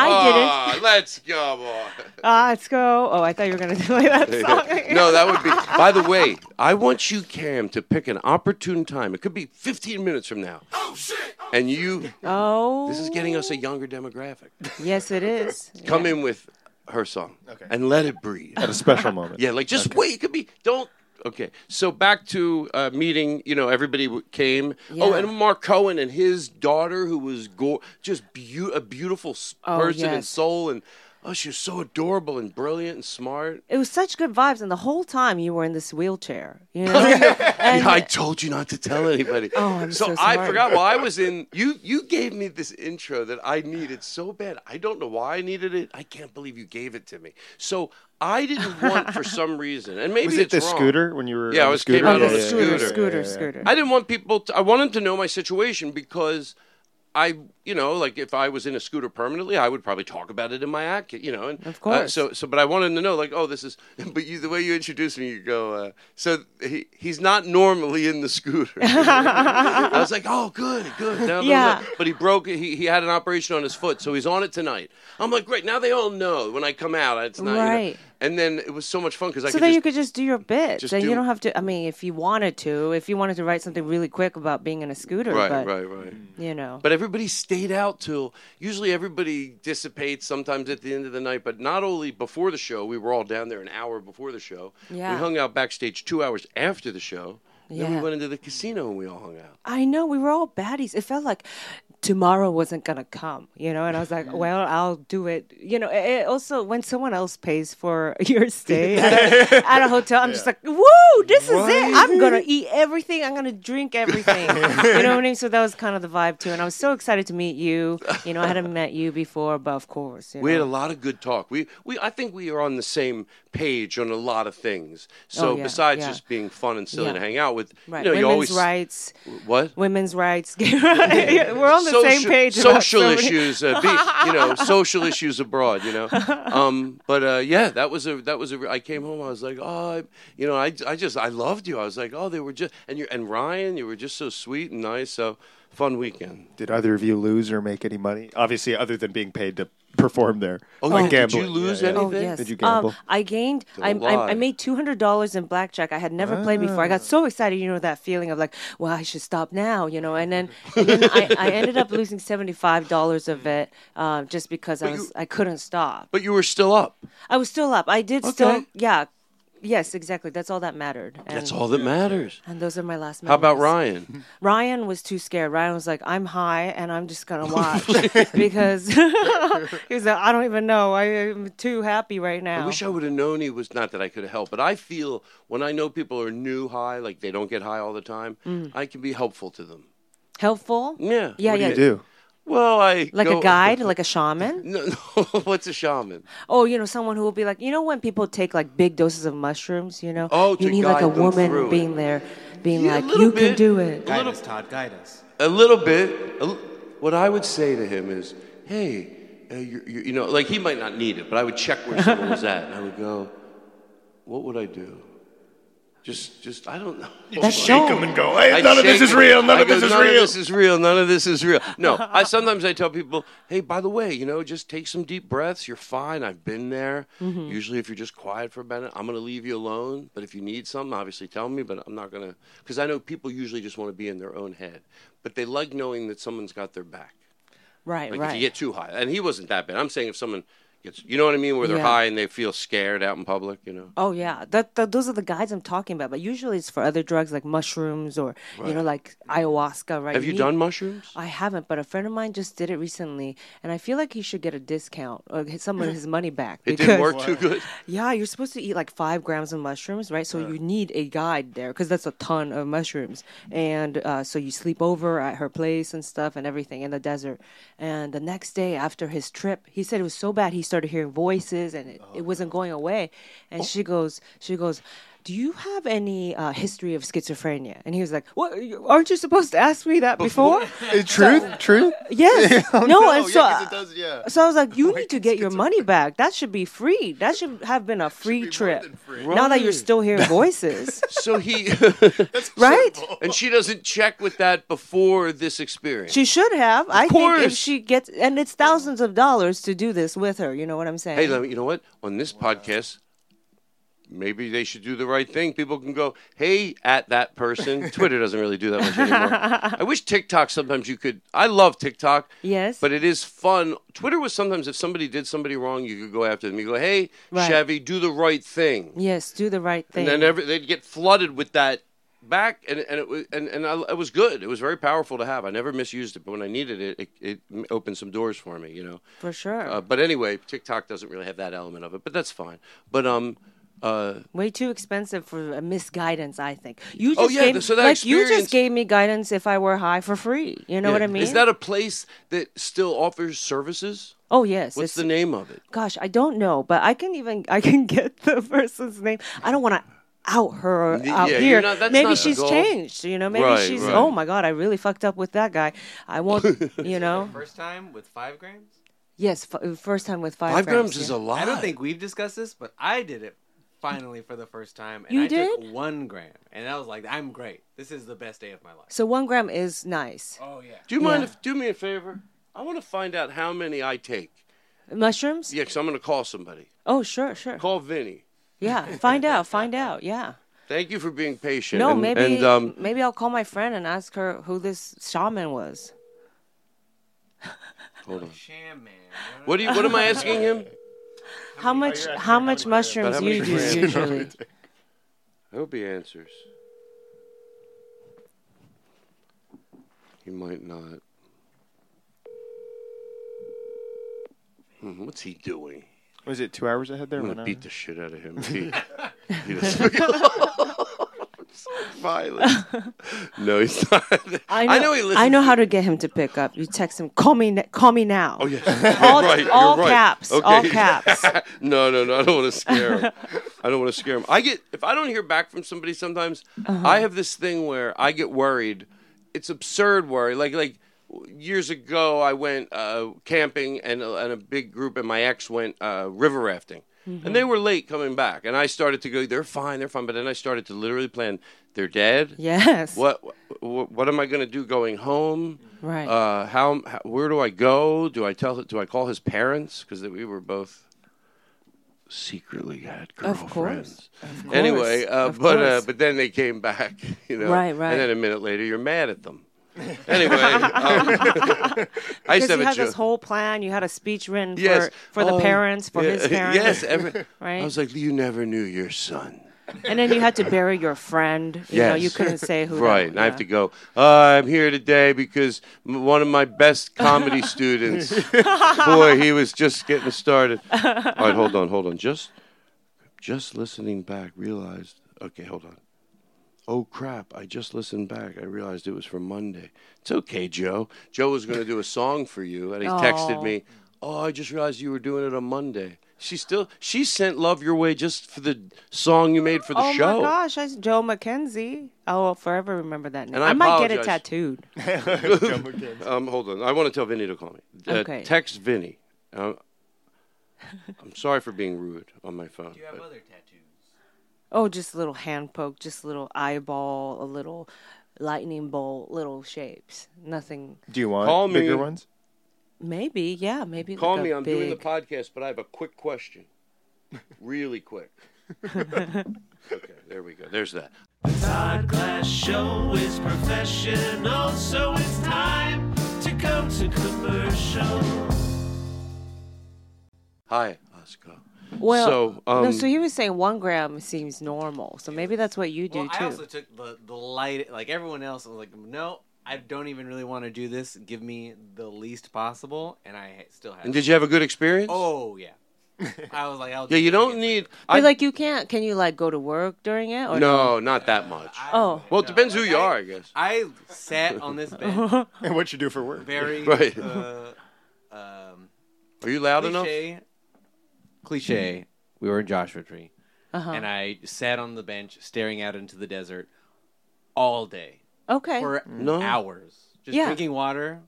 Speaker 3: Ah, Let's go.
Speaker 4: didn't. Ah, let's go. Oh, I thought you were gonna do like that song.
Speaker 3: no, that would be. By the way, I want you, Cam, to pick an opportune time. It could be 15 minutes from now. Oh shit! And you.
Speaker 4: Oh.
Speaker 3: This is getting us a younger demographic.
Speaker 4: Yes, it is.
Speaker 3: Come in with her song. Okay. And let it breathe.
Speaker 9: At a special moment.
Speaker 3: Yeah, like just wait. It could be. Don't. Okay. So back to uh, meeting. You know, everybody w- came. Oh,
Speaker 4: Yeah.
Speaker 3: and Mark Cohen and his daughter, who was go- just beau- a beautiful s-
Speaker 4: Oh,
Speaker 3: person and
Speaker 4: yes.
Speaker 3: soul, and oh, she was so adorable and brilliant and smart.
Speaker 4: It was such good vibes, and the whole time you were in this wheelchair, you know.
Speaker 3: Yeah, I told you not to tell anybody.
Speaker 4: Oh, I'm so
Speaker 3: I
Speaker 4: smart.
Speaker 3: forgot while I was in. You you gave me this intro that I needed so bad. I don't know why I needed it. I can't believe you gave it to me. So I didn't want for some reason, and maybe
Speaker 9: was it
Speaker 3: it's
Speaker 9: the
Speaker 3: wrong.
Speaker 9: scooter when you were?
Speaker 3: Yeah,
Speaker 9: on
Speaker 3: I
Speaker 9: the
Speaker 3: was
Speaker 9: scooter?
Speaker 4: Oh,
Speaker 3: came out
Speaker 9: Yeah,
Speaker 3: on the
Speaker 9: yeah, yeah,
Speaker 3: scooter.
Speaker 9: yeah, yeah, yeah.
Speaker 3: I didn't want people. To, I wanted to know my situation because I, you know, like if I was in a scooter permanently, I would probably talk about it in my act, you know. And of
Speaker 4: course.
Speaker 3: so so, but I wanted to know, like, oh, this is. But you, the way you introduced me, you go. Uh, so he he's not normally in the scooter. I was like, oh, good, good. No, but-
Speaker 4: Yeah.
Speaker 3: But he broke. it. He he had an operation on his foot, so he's on it tonight. I'm like, great. Now they all know when I come out, it's not. you know.
Speaker 4: Right.
Speaker 3: And then it was so much fun because I
Speaker 4: so
Speaker 3: could
Speaker 4: then
Speaker 3: just
Speaker 4: you could just do your bit,
Speaker 3: just
Speaker 4: and
Speaker 3: do-
Speaker 4: you don't have to. I mean, if you wanted to, if you wanted to write something really quick about being in a scooter,
Speaker 3: right,
Speaker 4: but
Speaker 3: right, right.
Speaker 4: you know,
Speaker 3: But everybody stayed out till usually everybody dissipates sometimes at the end of the night, but not only before the show, we were all down there an hour before the show.
Speaker 4: Yeah.
Speaker 3: We hung out backstage two hours after the show. Then we
Speaker 4: Yeah.
Speaker 3: went into the casino and we all hung out.
Speaker 4: I know we were all baddies. It felt like tomorrow wasn't gonna come, you know. And I was like, "Well, I'll do it." You know. It, it also, when someone else pays for your stay at a, at a hotel, I'm just like, "Woo, this is it! I'm gonna eat everything. I'm gonna drink everything." you know what I mean? So that was kind of the vibe too. And I was so excited to meet you. You know, I hadn't met you before, but of course, you
Speaker 3: We had
Speaker 4: know.
Speaker 3: a lot of good talk. We, we I think we are on the same page on a lot of things. So
Speaker 4: Oh, yeah,
Speaker 3: besides
Speaker 4: yeah.
Speaker 3: just being fun and silly
Speaker 4: Yeah.
Speaker 3: to hang out with,
Speaker 4: Right.
Speaker 3: you know,
Speaker 4: women's
Speaker 3: you always
Speaker 4: rights,
Speaker 3: what
Speaker 4: women's rights. gay rights. We're on the same
Speaker 3: Socia-
Speaker 4: page. about
Speaker 3: Social
Speaker 4: so many-
Speaker 3: issues, uh, be, you know, social issues abroad, you know. Um, but uh, yeah, that was a that was a. I came home, I was like, oh, I, you know, I, I just I loved you. I was like, oh, they were just and you and Ryan, you were just so sweet and nice. So fun weekend.
Speaker 9: Did either of you lose or make any money? Obviously, other than being paid to perform there.
Speaker 3: Oh,
Speaker 9: Like
Speaker 3: you- did you
Speaker 9: gambling.
Speaker 3: lose
Speaker 9: Yeah, yeah.
Speaker 4: Oh yes.
Speaker 9: Did you
Speaker 4: Um,
Speaker 9: gamble?
Speaker 4: I gained. I,
Speaker 9: Don't
Speaker 4: I,
Speaker 9: lie.
Speaker 4: I made two hundred dollars in blackjack. I had never played before. I
Speaker 3: Ah.
Speaker 4: got so excited, you know, that feeling of like, well, I should stop now, you know. And then, and then I, I ended up losing seventy five dollars of it uh, just because I
Speaker 3: But
Speaker 4: was
Speaker 3: you-
Speaker 4: I couldn't stop.
Speaker 3: But you were still up.
Speaker 4: I was still up. I did
Speaker 3: Okay.
Speaker 4: still. Yeah. Yes, exactly. That's all that mattered. And,
Speaker 3: That's all that matters.
Speaker 4: And those are my last.
Speaker 3: How about
Speaker 4: memories.
Speaker 3: Ryan?
Speaker 4: Ryan was too scared. Ryan was like, "I'm high and I'm just gonna watch because he was like, I don't even know. I am too happy right now."
Speaker 3: I wish I would have known he was not that I could help, but I feel when I know people are new high, like they don't get high all the time,
Speaker 4: Mm.
Speaker 3: I can be helpful to them.
Speaker 4: Helpful?
Speaker 3: Yeah.
Speaker 4: Yeah,
Speaker 3: What do
Speaker 4: yeah.
Speaker 3: you do? Well, I
Speaker 4: Like
Speaker 3: go-
Speaker 4: a guide, like a shaman?
Speaker 3: No, What's a shaman?
Speaker 4: Oh, you know, someone who will be like, you know, when people take like big doses of mushrooms, you know,
Speaker 3: Oh,
Speaker 4: you
Speaker 3: to
Speaker 4: need like a
Speaker 3: guide them through
Speaker 4: woman
Speaker 3: it.
Speaker 4: being there, being
Speaker 3: Yeah, a
Speaker 4: like,
Speaker 3: little
Speaker 4: you can
Speaker 3: bit.
Speaker 4: do it.
Speaker 3: Guide us,
Speaker 7: Todd, guide us.
Speaker 3: A little bit. A l- what I would say to him is, hey, uh, you you you know, like he might not need it, but I would check where someone was at, and I would go, what would I do? Just, just I don't know.
Speaker 9: You just shake him and go, hey, none of this is real. None
Speaker 3: I
Speaker 9: of
Speaker 3: go,
Speaker 9: this is
Speaker 3: none
Speaker 9: real.
Speaker 3: Of this is real. None of this is real. No, I sometimes I tell people, hey, by the way, you know, just take some deep breaths. You're fine. I've been there.
Speaker 9: Mm-hmm.
Speaker 10: Mhm.
Speaker 3: Usually, if you're just quiet for a minute, I'm going to leave you alone. But if you need something, obviously tell me. But I'm not going to, because I know people usually just want to be in their own head, but they like knowing that someone's got their back.
Speaker 4: Right,
Speaker 3: Like if
Speaker 4: right.
Speaker 3: you get too high, and he wasn't that bad. I'm saying if someone gets, you know what I mean, where they're
Speaker 4: Yeah.
Speaker 3: high and they feel scared out in public, you know.
Speaker 4: Oh yeah, that, that those are the guides I'm talking about. But usually it's for other drugs like mushrooms or you know
Speaker 3: Right.
Speaker 4: like ayahuasca. Right?
Speaker 3: Have you
Speaker 4: need-
Speaker 3: done mushrooms?
Speaker 4: I haven't, but a friend of mine just did it recently, and I feel like he should get a discount or get some of his money back.
Speaker 3: It didn't work too good.
Speaker 4: Yeah, you're supposed to eat like five grams of mushrooms, right? So you need a guide there because that's a ton of mushrooms. And uh, so you sleep over at her place and stuff and everything in the desert. And the next day after his trip, he said it was so bad he started hearing voices and it, it wasn't going away. And she goes, she goes. Do you have any uh, history of schizophrenia? And he was like, "What? Aren't you supposed to ask me that before?"
Speaker 9: Truth, truth.
Speaker 4: Yes.
Speaker 9: Oh,
Speaker 4: no, and so
Speaker 9: yeah,
Speaker 4: I-
Speaker 9: 'cause it does, yeah.
Speaker 4: so I was like, you need to get your money back. That should be free. That should have been a free trip. Now that you're
Speaker 3: Right.
Speaker 4: still hearing voices.
Speaker 3: So he
Speaker 4: right?
Speaker 3: And she doesn't check with that before this experience.
Speaker 4: She should have. I think if
Speaker 3: course.
Speaker 4: she gets and it's thousands of dollars to do this with her, you know what I'm saying?
Speaker 3: Hey, let me- you know what? On this podcast, maybe they should do the right thing. People can go, "Hey, at that person." Twitter doesn't really do that much anymore. I wish TikTok sometimes you could. I love TikTok.
Speaker 4: Yes.
Speaker 3: But it is fun. Twitter was sometimes if somebody did somebody wrong, you could go after them. You go, "Hey,
Speaker 4: Right.
Speaker 3: Chevy, do the right thing."
Speaker 4: Yes, do the right thing.
Speaker 3: And then every, they'd get flooded with that back, and and it was and, and I, it was good. It was very powerful to have. I never misused it, but when I needed it, it, it opened some doors for me. You know.
Speaker 4: For sure.
Speaker 3: Uh, but anyway, TikTok doesn't really have that element of it, but that's fine. But um, uh,
Speaker 4: Way too expensive for a misguidance, I think. You
Speaker 3: Oh,
Speaker 4: just
Speaker 3: yeah,
Speaker 4: gave,
Speaker 3: so that
Speaker 4: like you
Speaker 3: experience-
Speaker 4: just gave me guidance if I were high for free. You know
Speaker 3: yeah.
Speaker 4: what I mean?
Speaker 3: Is that a place that still offers services?
Speaker 4: Oh, yes,
Speaker 3: What's
Speaker 4: it's-
Speaker 3: the name of it?
Speaker 4: Gosh, I don't know, but I can even I can get the person's name. I don't want to out her
Speaker 3: Y-
Speaker 4: out
Speaker 3: yeah, you're
Speaker 4: here.
Speaker 3: not- that's
Speaker 4: maybe
Speaker 3: not the
Speaker 4: she's
Speaker 3: goal.
Speaker 4: changed, you know. Maybe
Speaker 3: Right,
Speaker 4: she's
Speaker 3: right.
Speaker 4: oh my god, I really fucked up with that guy. I won't, you know.
Speaker 6: First time with five grams?
Speaker 4: Yes, f- first time with five. yeah.
Speaker 6: I don't think we've discussed this, but I did it finally for the first time, and
Speaker 4: You
Speaker 6: I took one gram, and I was like, "I'm great. This is the best day of my life."
Speaker 4: So one gram is nice.
Speaker 6: Oh yeah.
Speaker 3: Do you mind
Speaker 4: Yeah.
Speaker 3: if do me a favor? I want to find out how many I take.
Speaker 4: Mushrooms?
Speaker 3: Yeah, because I'm going to call somebody.
Speaker 4: Oh sure, sure.
Speaker 3: Call Vinny.
Speaker 4: Yeah, find out, find out. Yeah.
Speaker 3: Thank you for being patient.
Speaker 4: No,
Speaker 3: and,
Speaker 4: maybe
Speaker 3: and, um,
Speaker 4: maybe I'll call my friend and ask her who this shaman was.
Speaker 3: hold on. What do you? What am I asking him?
Speaker 4: How much? How much mushrooms
Speaker 3: About how
Speaker 4: you
Speaker 3: much
Speaker 4: do
Speaker 3: grams?
Speaker 4: usually?
Speaker 3: I hope he answers. He might not. Hmm, What's he doing?
Speaker 9: Was it two hours ahead there?
Speaker 3: I'm
Speaker 9: One
Speaker 3: gonna
Speaker 9: hour?
Speaker 3: beat the shit out of him. if He, he doesn't- So violent. no, he's not.
Speaker 4: I know, I know,
Speaker 3: he listens.
Speaker 4: how to get him to pick up. You text him, call me, n- call me now. Oh
Speaker 3: yeah,
Speaker 4: all,
Speaker 3: You're right. you're
Speaker 4: all
Speaker 3: right.
Speaker 4: caps,
Speaker 3: Okay.
Speaker 4: all caps.
Speaker 3: no, no, no. I don't want to scare him. I don't want to scare him. I get if I don't hear back from somebody sometimes,
Speaker 10: Uh-huh.
Speaker 3: I have this thing where I get worried. It's absurd worry. Like like years ago, I went uh, camping and a- and a big group and my ex went uh, river rafting.
Speaker 4: Mm-hmm.
Speaker 3: And they were late coming back. And I started to go, they're fine, they're fine. But then I started to literally plan, they're dead.
Speaker 4: Yes.
Speaker 3: What what, what am I going to do going home?
Speaker 4: Right.
Speaker 3: Uh, how, how where do I go? Do I tell do I call his parents because we were both secretly had
Speaker 4: Of
Speaker 3: girlfriends.
Speaker 4: course. Of course.
Speaker 3: Anyway, uh,
Speaker 4: Of
Speaker 3: but uh,
Speaker 4: course.
Speaker 3: but then they came back, you know.
Speaker 4: Right, right.
Speaker 3: And then a minute later, you're mad at them. Anyway, um, I used
Speaker 4: because
Speaker 3: to have
Speaker 4: you
Speaker 3: a
Speaker 4: had
Speaker 3: joke.
Speaker 4: this whole plan. You had a speech written
Speaker 3: Yes.
Speaker 4: for, for
Speaker 3: Oh,
Speaker 4: the parents, for
Speaker 3: yeah,
Speaker 4: his parents.
Speaker 3: yes, every-
Speaker 4: right.
Speaker 3: I was like, you never knew your son.
Speaker 4: and then you had to bury your friend. You know, you
Speaker 3: Yes.
Speaker 4: couldn't say who.
Speaker 3: Right, and I have to go. Uh, I'm here today because m- one of my best comedy students. Boy, he was just getting started. All right, hold on, hold on. Just, just listening back, realized. Okay, hold on. Oh crap! I just listened back. I realized it was from Monday. It's okay, Joe. Joe was going to do a song for you, and he texted
Speaker 10: Aw.
Speaker 3: me. Oh, I just realized you were doing it on Monday. She still she sent love your way just for the song you made for the
Speaker 4: oh
Speaker 3: show.
Speaker 4: my gosh, that's Joe McKenzie. I will forever remember that name.
Speaker 3: And
Speaker 4: I,
Speaker 3: I
Speaker 4: might get it
Speaker 3: apologize.
Speaker 4: tattooed.
Speaker 3: um, hold on. I want to tell Vinny to call me. Uh,
Speaker 4: Okay.
Speaker 3: Text Vinny. Uh, I'm sorry for being rude on my phone. but-
Speaker 4: Oh, just a little hand poke, just a little eyeball, a little lightning bolt, little shapes. Nothing.
Speaker 9: Do you want
Speaker 3: Call me.
Speaker 9: bigger ones?
Speaker 4: Maybe, yeah, maybe.
Speaker 3: call
Speaker 4: like a
Speaker 3: me. I'm doing the
Speaker 4: big-
Speaker 3: podcast, but I have a quick question. really quick. okay, there we go. There's that.
Speaker 7: Todd Glass Show is professional, so it's time to go to commercial.
Speaker 3: Hi, Oscar.
Speaker 4: Well,
Speaker 3: so, um,
Speaker 4: no, so he was saying one gram seems normal. So maybe that's what you do
Speaker 6: Well,
Speaker 4: too.
Speaker 6: I also took the the light like everyone else. I was like, no, I don't even really want to do this. Give me the least possible, and I ha- still have.
Speaker 3: And did you have a good experience?
Speaker 6: Oh yeah. I was like, I'll
Speaker 3: yeah,
Speaker 6: just
Speaker 3: you
Speaker 6: do it
Speaker 3: don't
Speaker 6: again.
Speaker 3: need.
Speaker 4: but
Speaker 3: I,
Speaker 4: like you can't. Can you like go to work during it? Or
Speaker 3: no, not that much.
Speaker 4: Oh.
Speaker 3: Well, it depends who you are, I guess.
Speaker 6: I sat on this bed.
Speaker 9: And what you do for work?
Speaker 6: Very.
Speaker 3: Right.
Speaker 6: Uh, um,
Speaker 3: Are you loud enough?
Speaker 6: cliche, Cliche. We were in Joshua Tree,
Speaker 4: Uh-huh.
Speaker 6: and I sat on the bench staring out into the desert all day
Speaker 4: Okay.
Speaker 6: for
Speaker 3: No.
Speaker 6: hours, just
Speaker 4: Yeah.
Speaker 6: drinking water,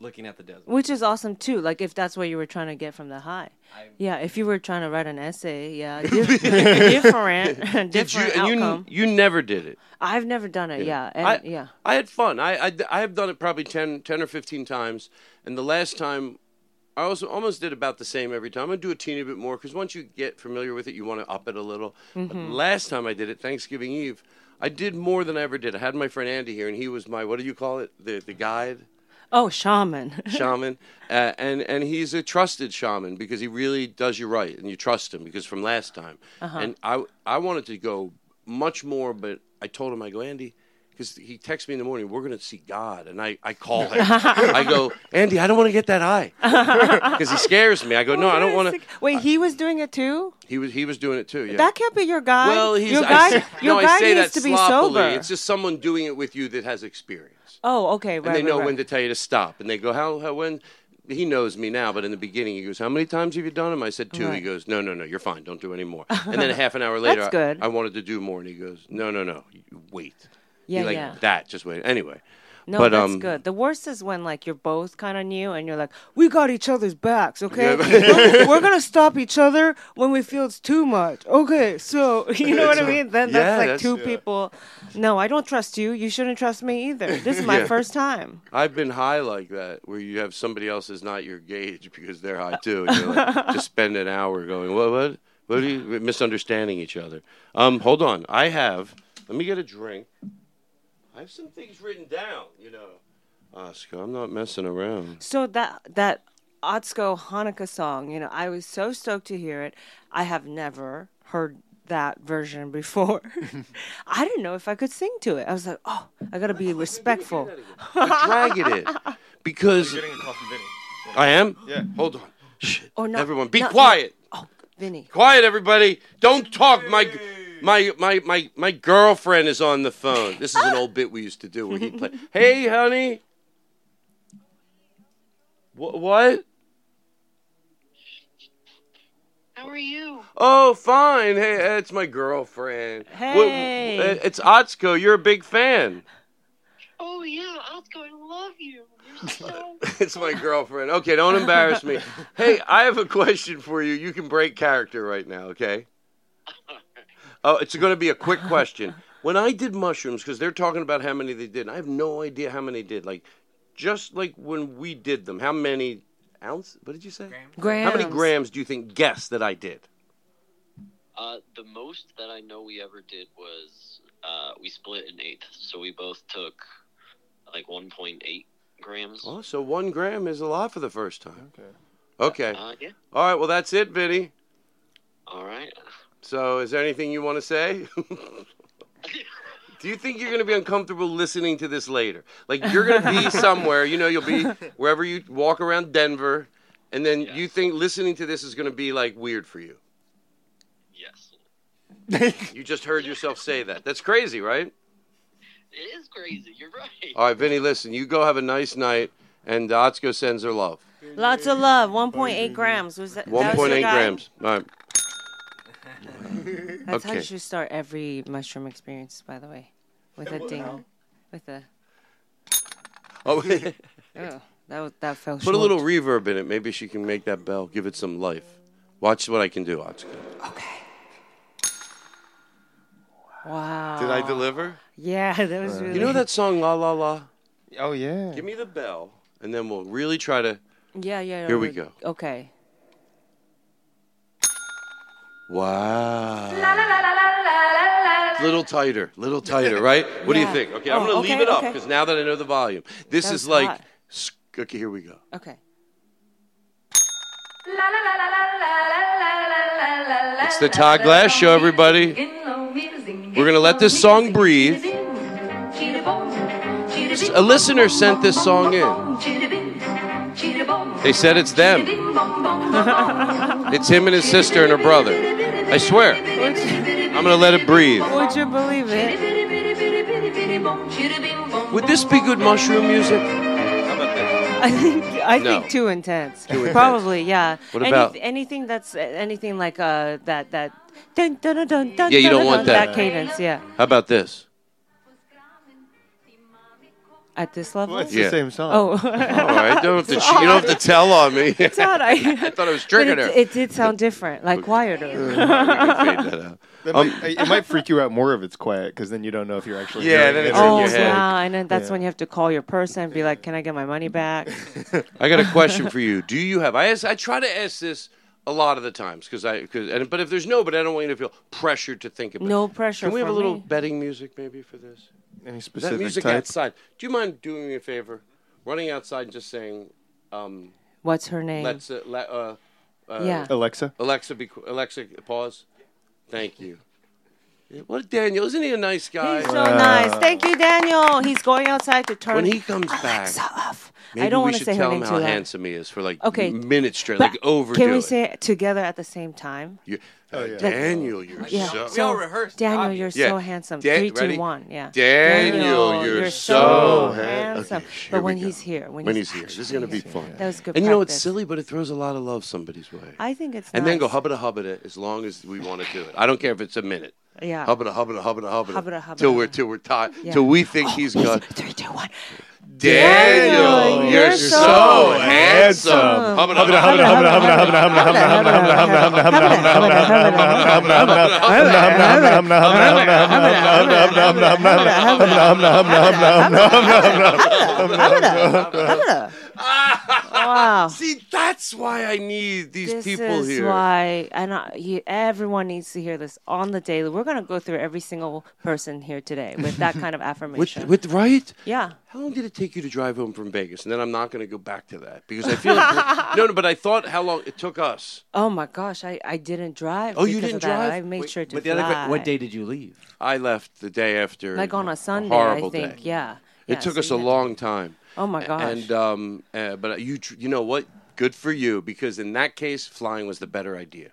Speaker 6: looking at the desert.
Speaker 4: Which is awesome too. Like if that's what you were trying to get from the high. yeah, if you were trying to write an essay, yeah, dif- different, different
Speaker 3: Did you? And you,
Speaker 4: outcome.
Speaker 3: n- you never did it.
Speaker 4: I've never done it. Yeah, and,
Speaker 3: I,
Speaker 4: yeah.
Speaker 3: I had fun. I, I, I have done it probably 10, 10 or 15 times. And the last time, I also almost did about the same every time. I do a teeny bit more because once you get familiar with it, you want to up it a little. But
Speaker 4: Mm-hmm.
Speaker 10: Mhm.
Speaker 3: last time I did it, Thanksgiving Eve, I did more than I ever did. I had my friend Andy here, and he was my, what do you call it? The, the guide?
Speaker 4: Oh, shaman.
Speaker 3: shaman, uh, and and he's a trusted shaman because he really does you right, and you trust him because from last time.
Speaker 4: Uh-huh.
Speaker 3: And I I wanted to go much more, but I told him I go Andy. Because he texts me in the morning, we're going to see God. And I, I call him. I go, Andy, I don't want to get that eye. Because he scares me. I go, no, I don't want to.
Speaker 4: Wait, he was doing it too.
Speaker 3: He was, he was doing it too. Yeah.
Speaker 4: That can't be your guy.
Speaker 3: Well, he's,
Speaker 4: your
Speaker 3: I
Speaker 4: guy.
Speaker 3: say-
Speaker 4: your
Speaker 3: no,
Speaker 4: guy
Speaker 3: I say
Speaker 4: needs
Speaker 3: that
Speaker 4: to be
Speaker 3: sloppily.
Speaker 4: sober.
Speaker 3: It's just someone doing it with you that has experience
Speaker 4: oh, okay, right.
Speaker 3: and they
Speaker 4: right,
Speaker 3: know
Speaker 4: right.
Speaker 3: when to tell you to stop. And they go, how, how, when? He knows me now, but in the beginning, he goes, how many times have you done them? I said, two. He
Speaker 4: Right.
Speaker 3: goes, no, no, no, you're fine. Don't do any more. And then a half an hour later,
Speaker 4: That's
Speaker 3: I-
Speaker 4: good.
Speaker 3: I, wanted to do more. And he goes, no, no, no, you- wait.
Speaker 4: Yeah,
Speaker 3: He like,
Speaker 4: yeah.
Speaker 3: That, just wait. Anyway.
Speaker 4: No,
Speaker 3: but,
Speaker 4: that's
Speaker 3: um,
Speaker 4: good. The worst is when like you're both kind of new and you're like, we got each other's backs, okay?
Speaker 3: Yeah.
Speaker 4: we're, we're gonna stop each other when we feel it's too much, okay? So you know what I
Speaker 3: That's-
Speaker 4: mean? Then
Speaker 3: yeah,
Speaker 4: that's like
Speaker 3: that's-
Speaker 4: two
Speaker 3: yeah.
Speaker 4: people. No, I don't trust you. You shouldn't trust me either. This is my
Speaker 3: Yeah.
Speaker 4: first time.
Speaker 3: I've been high like that, where you have somebody else is not your gauge because they're high too. And you're like, just spend an hour going, what, what, what are you misunderstanding each other? Um, hold on, I have. Let me get a drink. I have some things written down, you know. Oscar, I'm not messing around.
Speaker 4: So that that Otsko Hanukkah song, you know, I was so stoked to hear it. I have never heard that version before. I didn't know if I could sing to it. I was like, oh, I gotta be respectful.
Speaker 3: Dragged it because
Speaker 9: a call from Vinny.
Speaker 3: I am.
Speaker 9: Yeah.
Speaker 3: Hold on. Shh.
Speaker 4: Or not-
Speaker 3: Everyone, be
Speaker 4: not-
Speaker 3: quiet.
Speaker 4: Vinny.
Speaker 3: Quiet, everybody. Don't talk. My, my, my, my, my girlfriend is on the phone. This is an old bit we used to do where he played, Hey, honey. Wh- what?
Speaker 11: How are you?
Speaker 3: Oh, fine. Hey, it's my girlfriend. Wh- wh-
Speaker 11: Hey.
Speaker 3: It's Otzko. You're a big fan.
Speaker 11: Oh yeah, Oscar, I love you. You're so
Speaker 3: it's my girlfriend. Okay, don't embarrass me. Hey, I have a question for you. You can break character right now, okay? Oh, it's going to be a quick question. When I did mushrooms, because they're talking about how many they did, and I have no idea how many did. Like, just like when we did them, how many ounce? What did you say? How
Speaker 10: Grams.
Speaker 3: many grams do you think? Guess that I did.
Speaker 10: Uh, the most that I know we ever did was uh, we split an eighth, so we both took like 1.8 grams.
Speaker 3: Oh, so one gram is a lot for the first time.
Speaker 10: Okay.
Speaker 3: Okay.
Speaker 10: Uh, yeah.
Speaker 3: All right. Well, that's it, Vinny.
Speaker 10: All right.
Speaker 3: So, is there anything you want to say? Do you think you're going to be uncomfortable listening to this later? Like, you're going to be somewhere, you know, you'll be wherever you walk around Denver, and then you think listening to this is going to be like weird for you. Yes. you just heard yourself say that. That's crazy, right?
Speaker 10: It is crazy. You're right.
Speaker 3: All right, Vinny, listen, you go have a nice night, and Atsuko sends her love.
Speaker 12: Lots of love. 1.8 grams. Was that, that was your
Speaker 3: 1.8
Speaker 12: guy?
Speaker 3: grams. All right.
Speaker 4: That's how
Speaker 3: Okay.
Speaker 4: you should start every mushroom experience, by the way, with a ding, with a.
Speaker 3: Oh,
Speaker 4: Oh, that was, that fell
Speaker 3: Put
Speaker 4: short.
Speaker 3: a little reverb in it. Maybe she can make that bell, give it some life. Watch what I can do, Atsuko.
Speaker 4: Wow.
Speaker 3: Did I deliver?
Speaker 4: Yeah, that was really.
Speaker 3: Uh, You know that song La La La?
Speaker 9: Oh yeah.
Speaker 3: Give me the bell, and then we'll really try to.
Speaker 4: Yeah, yeah.
Speaker 3: Here we
Speaker 4: yeah.
Speaker 3: go.
Speaker 4: Okay.
Speaker 3: Wow. Little tighter, little tighter, right? What do
Speaker 4: Yeah.
Speaker 3: you think? Okay,
Speaker 4: Oh,
Speaker 3: I'm gonna leave
Speaker 4: okay,
Speaker 3: it up
Speaker 4: okay.
Speaker 3: because now that I know the volume, this
Speaker 4: That
Speaker 3: is
Speaker 4: was
Speaker 3: like.
Speaker 4: hot.
Speaker 3: sc- Okay, here we go.
Speaker 4: Okay.
Speaker 3: It's the Todd Glass Show, everybody. We're gonna let this song breathe. A listener sent this song in. They said it's them. It's him and his sister and her brother. I swear. I'm gonna let it breathe.
Speaker 4: Would you believe it?
Speaker 3: Would this be good mushroom music?
Speaker 4: I think I
Speaker 3: No.
Speaker 4: think too intense.
Speaker 3: Too intense.
Speaker 4: Probably, yeah.
Speaker 3: What about-
Speaker 4: anything that's anything like uh that that dun, dun, dun, dun, dun,
Speaker 3: Yeah, you
Speaker 4: dun,
Speaker 3: don't
Speaker 4: dun,
Speaker 3: want
Speaker 4: dun,
Speaker 3: that.
Speaker 4: that cadence, yeah.
Speaker 3: How about this?
Speaker 4: At this level,
Speaker 3: it's the Yeah. same song.
Speaker 4: Oh,
Speaker 3: All right, don't have to, you don't have to tell on me.
Speaker 4: It's odd. I,
Speaker 3: I thought I was tricking
Speaker 4: but it,
Speaker 3: her.
Speaker 4: It did sound different, like quieter.
Speaker 9: That
Speaker 3: Um,
Speaker 9: might, it might freak you out more if it's quiet because then you don't know if you're actually.
Speaker 3: Yeah,
Speaker 9: hearing
Speaker 3: then
Speaker 9: it.
Speaker 3: it's in
Speaker 4: oh
Speaker 3: your head.
Speaker 4: wow! And then that's when you have to call your person and be like, "Can I get my money back?"
Speaker 3: I got a question for you. Do you have? I ask, I try to ask this a lot of the times because I because and but if there's no, but I don't want you to feel pressured to think about.
Speaker 4: No
Speaker 3: it.
Speaker 4: pressure
Speaker 3: Can we have
Speaker 4: for
Speaker 3: a little
Speaker 4: me.
Speaker 3: betting music maybe for this?
Speaker 9: Any
Speaker 3: that
Speaker 9: specific
Speaker 3: music
Speaker 9: type?
Speaker 3: outside. Do you mind doing me a favor, running outside and just saying, um,
Speaker 4: What's her name?
Speaker 3: Let's uh, le- uh, uh,
Speaker 4: Yeah.
Speaker 9: Alexa?
Speaker 3: Alexa, be, qu- Alexa, pause. Thank you. Yeah, What Daniel? Isn't he a nice guy?
Speaker 4: He's so nice. Thank you, Daniel. He's going outside to turn.
Speaker 3: When he comes
Speaker 4: Alexa
Speaker 3: back,
Speaker 4: off.
Speaker 3: Maybe
Speaker 4: I don't
Speaker 3: we
Speaker 4: want to
Speaker 3: should
Speaker 4: say
Speaker 3: tell
Speaker 4: her name
Speaker 3: him
Speaker 4: too
Speaker 3: how
Speaker 4: loud.
Speaker 3: handsome he is for like
Speaker 4: Okay.
Speaker 3: minutes straight,
Speaker 4: But
Speaker 3: like overdo
Speaker 4: Can we
Speaker 3: it.
Speaker 4: say it together at the same time?
Speaker 3: You- uh,
Speaker 4: yeah.
Speaker 3: Daniel, you're
Speaker 4: Yeah.
Speaker 3: so.
Speaker 4: So, Daniel, you're so handsome.
Speaker 3: Dan-
Speaker 4: Three, two, one.
Speaker 3: ready?
Speaker 4: Yeah.
Speaker 3: Daniel, you're, so handsome. Okay, here
Speaker 4: but when
Speaker 3: we go.
Speaker 4: he's here, when,
Speaker 3: when
Speaker 4: he's,
Speaker 3: he's here, this is gonna be fun.
Speaker 4: That was good
Speaker 3: And you know it's
Speaker 4: practice.
Speaker 3: silly, but it throws a lot of love somebody's way.
Speaker 4: I think it's
Speaker 3: And then go hubba hubbada as long as we want to do it. I don't care if it's a minute.
Speaker 4: Yeah.
Speaker 3: Hubbada hubbada hubbada hubbada.
Speaker 4: Hubbada, hubbada.
Speaker 3: Till we're till we're tired.
Speaker 4: Yeah. Oh,
Speaker 3: Till we think he's gone.
Speaker 4: Three, two, one.
Speaker 3: Daniel, you're, so, handsome. Hubbada hubbada hubbada hubbada hubbada hubbada hubbada hubbada hubbada.
Speaker 4: Wow.
Speaker 3: See, that's why I need these
Speaker 4: this
Speaker 3: people
Speaker 4: is
Speaker 3: here.
Speaker 4: why and I, you, everyone needs to hear this on the daily. We're going to go through every single person here today with that kind of
Speaker 3: With,
Speaker 4: affirmation.
Speaker 3: with right?
Speaker 4: yeah.
Speaker 3: How long did it take you to drive home from Vegas? And then I'm not going to go back to that because I feel no, no. But I thought how long it took us.
Speaker 4: Oh my gosh, I, I didn't drive.
Speaker 3: Oh, you
Speaker 4: because
Speaker 3: didn't
Speaker 4: of that.
Speaker 3: drive?
Speaker 4: I made
Speaker 3: Wait,
Speaker 4: sure to but
Speaker 3: but the other que-
Speaker 4: fly.
Speaker 3: what
Speaker 6: day did you leave?
Speaker 3: I left the day after.
Speaker 4: Like on a Sunday,
Speaker 3: horrible
Speaker 4: I think.
Speaker 3: day.
Speaker 4: Yeah.
Speaker 3: It
Speaker 4: Yeah,
Speaker 3: took
Speaker 4: so
Speaker 3: us
Speaker 4: you
Speaker 3: a
Speaker 4: had-
Speaker 3: long time.
Speaker 4: Oh, my
Speaker 3: A-
Speaker 4: gosh.
Speaker 3: And um, uh, but you tr- you know what? Good for you because in that case, flying was the better idea.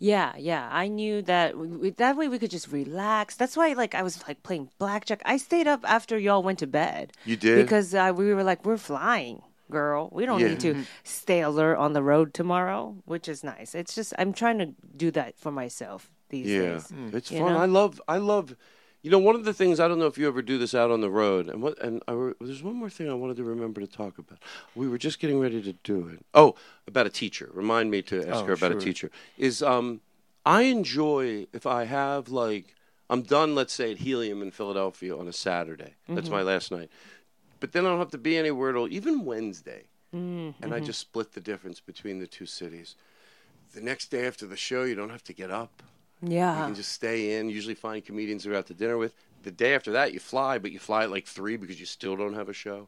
Speaker 4: Yeah, yeah. I knew that w- w that way we could just relax. That's why, like, I was like playing blackjack. I stayed up after y'all went to bed.
Speaker 3: You did?
Speaker 4: because uh, we were like, we're flying, girl. We don't
Speaker 3: Yeah.
Speaker 4: need to
Speaker 3: Mhm.
Speaker 4: stay alert on the road tomorrow, which is nice. It's just I'm trying to do that for myself these
Speaker 3: yeah,
Speaker 4: days.
Speaker 3: it's
Speaker 4: you
Speaker 3: fun.
Speaker 4: know?
Speaker 3: I love I love You know, one of the things I don't know if you ever do this out on the road, and what and I, were- there's one more thing I wanted to remember to talk about. We were just getting ready to do it. Oh, about a teacher. Remind me to ask
Speaker 9: Oh,
Speaker 3: her about
Speaker 9: sure.
Speaker 3: a teacher. Is um, I enjoy if I have like I'm done. Let's say at Helium in Philadelphia on a Saturday. That's
Speaker 9: Mhm.
Speaker 3: my last night. But then I don't have to be anywhere at all. Even Wednesday and I just split the difference between the two cities. The next day after the show, you don't have to get up. You
Speaker 13: Yeah.
Speaker 3: can just stay in. Usually, find comedians who are out to dinner with. The day after that, you fly, but you fly at like three because you still don't have a show.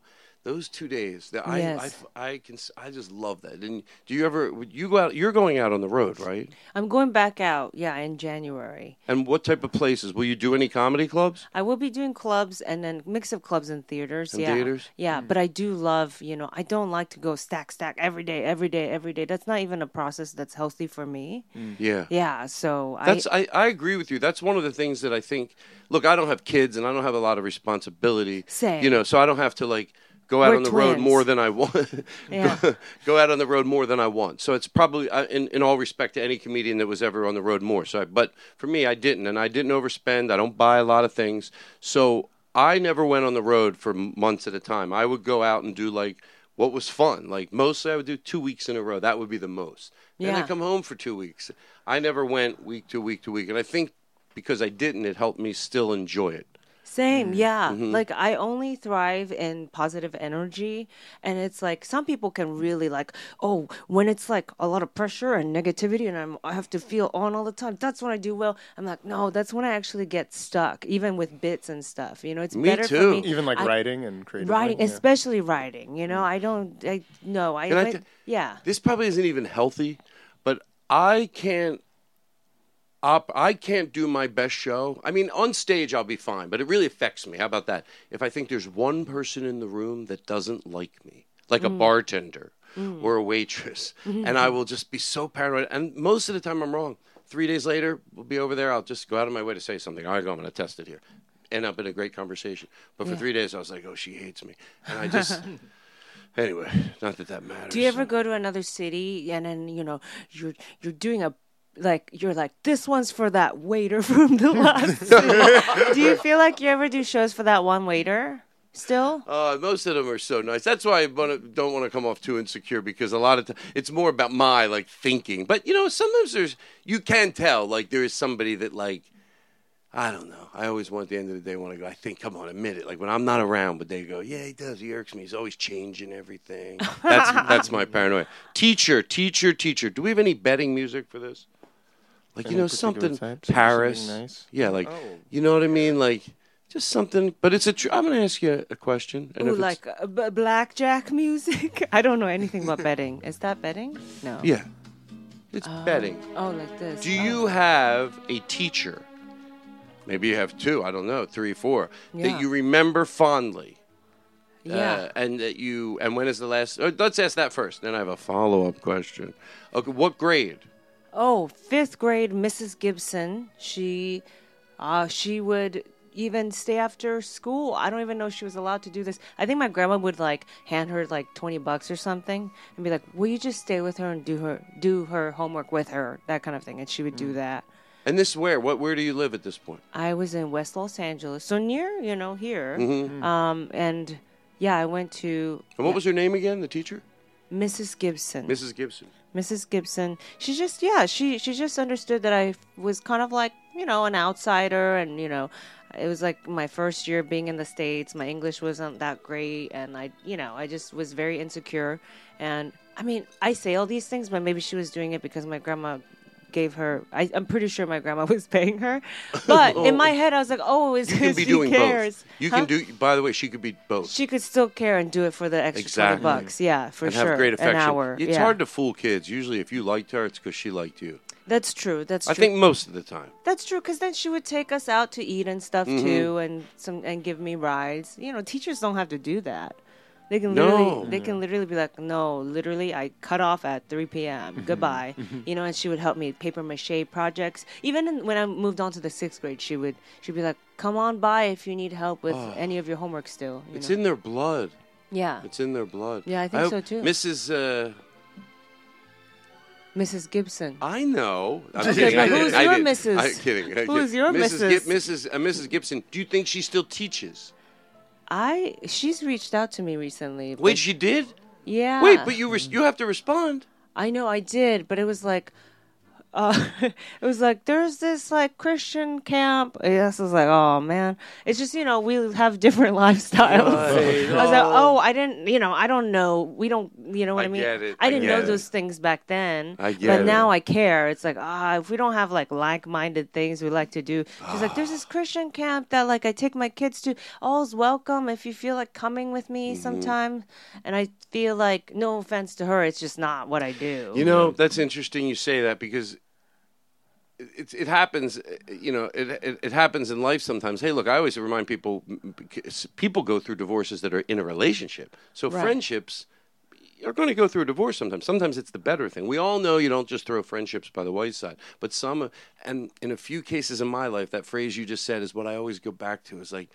Speaker 3: Those two days, that I,
Speaker 13: Yes.
Speaker 3: I, I can, s- I just love that. And do you ever? would You go out. You're going out on the road, right?
Speaker 4: I'm going back out, yeah, in January.
Speaker 3: And what type of places? Will you do any comedy clubs?
Speaker 4: I will be doing clubs and then mix of clubs and theaters.
Speaker 3: And
Speaker 4: yeah.
Speaker 3: theaters?
Speaker 4: Yeah,
Speaker 14: Hmm.
Speaker 4: but I do love, you know, I don't like to go stack, stack every day, every day, every day. That's not even a process that's healthy for me.
Speaker 14: Hmm.
Speaker 3: Yeah.
Speaker 4: Yeah, so
Speaker 3: That's
Speaker 4: I.
Speaker 3: uh, I, I agree with you. That's one of the things that I think. Look, I don't have kids and I don't have a lot of responsibility.
Speaker 4: Same.
Speaker 3: You know, so I don't have to like go out
Speaker 4: We're
Speaker 3: on the road
Speaker 4: twins.
Speaker 3: more than I want.
Speaker 4: Yeah.
Speaker 3: go out on the road more than I want. So it's probably I- in in all respect to any comedian that was ever on the road more. So, I, but for me, I didn't, and I didn't overspend. I don't buy a lot of things. So I never went on the road for m- months at a time. I would go out and do like. What was fun? Like mostly, I would do two weeks in a row. That would be the most. Then I
Speaker 9: Yeah.
Speaker 3: come home for two weeks. I never went week to week to week, and I think because I didn't, it helped me still enjoy it.
Speaker 14: Hmm.
Speaker 4: Same, yeah.
Speaker 3: Mhm.
Speaker 4: Like I only thrive in positive energy and it's like some people can really like, oh, when it's like a lot of pressure and negativity and I'm I have to feel on all the time, that's when I do well. I'm like, no, that's when I actually get stuck, even with bits and stuff. You know, it's better for me.
Speaker 14: Even like
Speaker 4: I-
Speaker 14: writing and creative.
Speaker 4: writing,
Speaker 14: yeah.
Speaker 4: especially writing, you know, I don't I no, I,
Speaker 3: Mm. And I
Speaker 4: went-
Speaker 3: th-
Speaker 4: yeah.
Speaker 3: This probably isn't even healthy, but I can't. Op, I can't do my best show. I mean, on stage I'll be fine, but it really affects me. How about that? If I think there's one person in the room that doesn't like me, like a
Speaker 9: Mm.
Speaker 3: bartender
Speaker 9: Mm.
Speaker 3: or a waitress,
Speaker 4: Mm-hmm.
Speaker 3: and I will just be so paranoid. And most of the time I'm wrong. Three days later, we'll be over there. I'll just go out of my way to say something. All right, go, I'm going to test it here. End up in a great conversation. But for
Speaker 4: Yeah.
Speaker 3: three days, I was like, oh, she hates me. And I just, anyway, not that that matters.
Speaker 4: Do you ever go to another city and then you know you're you're doing a like you're like this one's for that waiter from the last. city." do you feel like you ever do shows for that one waiter still?
Speaker 3: Uh, most of them are so nice. That's why I wanna, don't want to come off too insecure because a lot of times it's more about my like thinking. But you know, sometimes there's you can tell like there is somebody that like I don't know. I always want at the end of the day want to go. I think, come on, admit it. Like when I'm not around, but they go, yeah, he does. He irks me. He's always changing everything. That's that's my paranoia. Teacher, teacher, teacher. Do we have any betting music for this? Like you
Speaker 9: Any
Speaker 3: know
Speaker 9: particular
Speaker 3: something
Speaker 9: types?
Speaker 3: Paris.
Speaker 9: Something nice?
Speaker 3: Yeah, like
Speaker 9: Oh.
Speaker 3: you know what I mean. Like just something. But it's a. Tr- I'm going to ask you a question.
Speaker 4: Ooh,
Speaker 3: if it's-
Speaker 4: like uh, b- blackjack music. I don't know anything about betting. Is that betting? No.
Speaker 3: Yeah. It's
Speaker 4: Oh.
Speaker 3: betting.
Speaker 4: Oh, like this.
Speaker 3: Do
Speaker 4: Oh.
Speaker 3: you have a teacher? Maybe you have two, I don't know, three, four,
Speaker 4: Yeah.
Speaker 3: that you remember fondly.
Speaker 4: Yeah.
Speaker 3: Uh, and that you, and when is the last, uh, let's ask that first. Then I have a follow up question. Okay, what grade?
Speaker 4: Oh, fifth grade, Mrs. Gibson. She, uh, she would even stay after school. I don't even know if she was allowed to do this. I think my grandma would like hand her like twenty bucks or something, and be like, "Will you just stay with her and do her do her homework with her?" That kind of thing, and she would do that.
Speaker 3: And this where? What, where do you live at this point?
Speaker 4: I was in West Los Angeles, so near you know here.
Speaker 3: Mhm.
Speaker 4: Um, and yeah, I went to.
Speaker 3: And what was her name again, the teacher?
Speaker 4: Mrs. Gibson.
Speaker 3: Mrs. Gibson.
Speaker 4: Mrs. Gibson. She just yeah, she she just understood that I was kind of like, you know, an outsider and you know, it was like my first year being in the states. My English wasn't that great and I, you know, I just was very insecure and I mean, I say all these things, but maybe she was doing it because my grandma gave her I, I'm pretty sure my grandma was paying her. But in my head I was like, Oh, it's
Speaker 3: You can be
Speaker 4: she
Speaker 3: doing
Speaker 4: cares.
Speaker 3: both. You
Speaker 4: Huh?
Speaker 3: can do, by the way, she could be both.
Speaker 4: she could still care and do it for the extra
Speaker 3: exactly.
Speaker 4: 20 bucks. Yeah, for
Speaker 3: and
Speaker 4: sure.
Speaker 3: have great affection.
Speaker 4: An hour.
Speaker 3: It's
Speaker 4: yeah.
Speaker 3: hard to fool kids. Usually, if you liked her, it's because she liked you.
Speaker 4: That's true. That's
Speaker 3: I
Speaker 4: true.
Speaker 3: think most of the time.
Speaker 4: That's true, because then she would take us out to eat and stuff
Speaker 3: Mhm.
Speaker 4: too, and some and give me rides. You know, teachers don't have to do that. They can
Speaker 3: No.
Speaker 4: literally, they can literally be like, no, literally, I cut off at 3
Speaker 3: Mm-hmm.
Speaker 4: p.m. Goodbye. You know, and she would help me with paper mache projects. Even in, when I moved on to the sixth grade, she would she'd be like, come on by if you need help with
Speaker 3: Oh.
Speaker 4: any of your homework still. you
Speaker 3: It's
Speaker 4: know?
Speaker 3: in their blood.
Speaker 4: yeah.
Speaker 3: It's in their blood. uh,
Speaker 4: Yeah, I think
Speaker 3: hope
Speaker 4: so, too.
Speaker 3: Mrs. Uh,
Speaker 4: Mrs. Gibson.
Speaker 3: I know. I'm
Speaker 4: Okay,
Speaker 3: kidding.
Speaker 4: but
Speaker 3: I didn't.
Speaker 4: who's
Speaker 3: I
Speaker 4: your
Speaker 3: didn't.
Speaker 4: Mrs.?
Speaker 3: I'm kidding. I'm
Speaker 4: Who's
Speaker 3: kidding.
Speaker 4: your
Speaker 3: Mrs. Gib-
Speaker 4: Mrs.?
Speaker 3: Mrs. uh, Mrs. Gibson, do you think she still teaches?
Speaker 4: I she's reached out to me recently.
Speaker 3: Wait,
Speaker 4: but-
Speaker 3: she did?
Speaker 4: yeah.
Speaker 3: Wait, but you res- you have to respond.
Speaker 4: I know I did, but it was like, uh, it was like there's this like Christian camp. Yes, I was like, oh man, it's just you know we have different lifestyles.
Speaker 3: Right.
Speaker 4: I was like, oh,
Speaker 3: Oh.
Speaker 4: I didn't, you know, I don't know. We don't, you know what
Speaker 3: I
Speaker 4: I, mean?
Speaker 3: get it.
Speaker 4: I
Speaker 3: I
Speaker 4: didn't
Speaker 3: get
Speaker 4: know
Speaker 3: it.
Speaker 4: those things back then,
Speaker 3: I
Speaker 4: but
Speaker 3: get it.
Speaker 4: now I care. It's like ah, if we don't have like like-minded things we like to do, she's like, there's this Christian camp that like I take my kids to. All's welcome if you feel like coming with me
Speaker 3: Mm-hmm.
Speaker 4: sometime. And I feel like no offense to her, it's just not what I do.
Speaker 3: You know, that's interesting you say that because it, it, it happens, uh, you know, it, it, it happens in life sometimes. Hey, look, I always remind people m- because people go through divorces that are in a relationship. So
Speaker 15: Right.
Speaker 3: friendships are going to go through a divorce sometimes. Sometimes it's the better thing. We all know you don't just throw friendships by the wayside, but some, and in a few cases in my life, that phrase you just said is what I always go back to is like,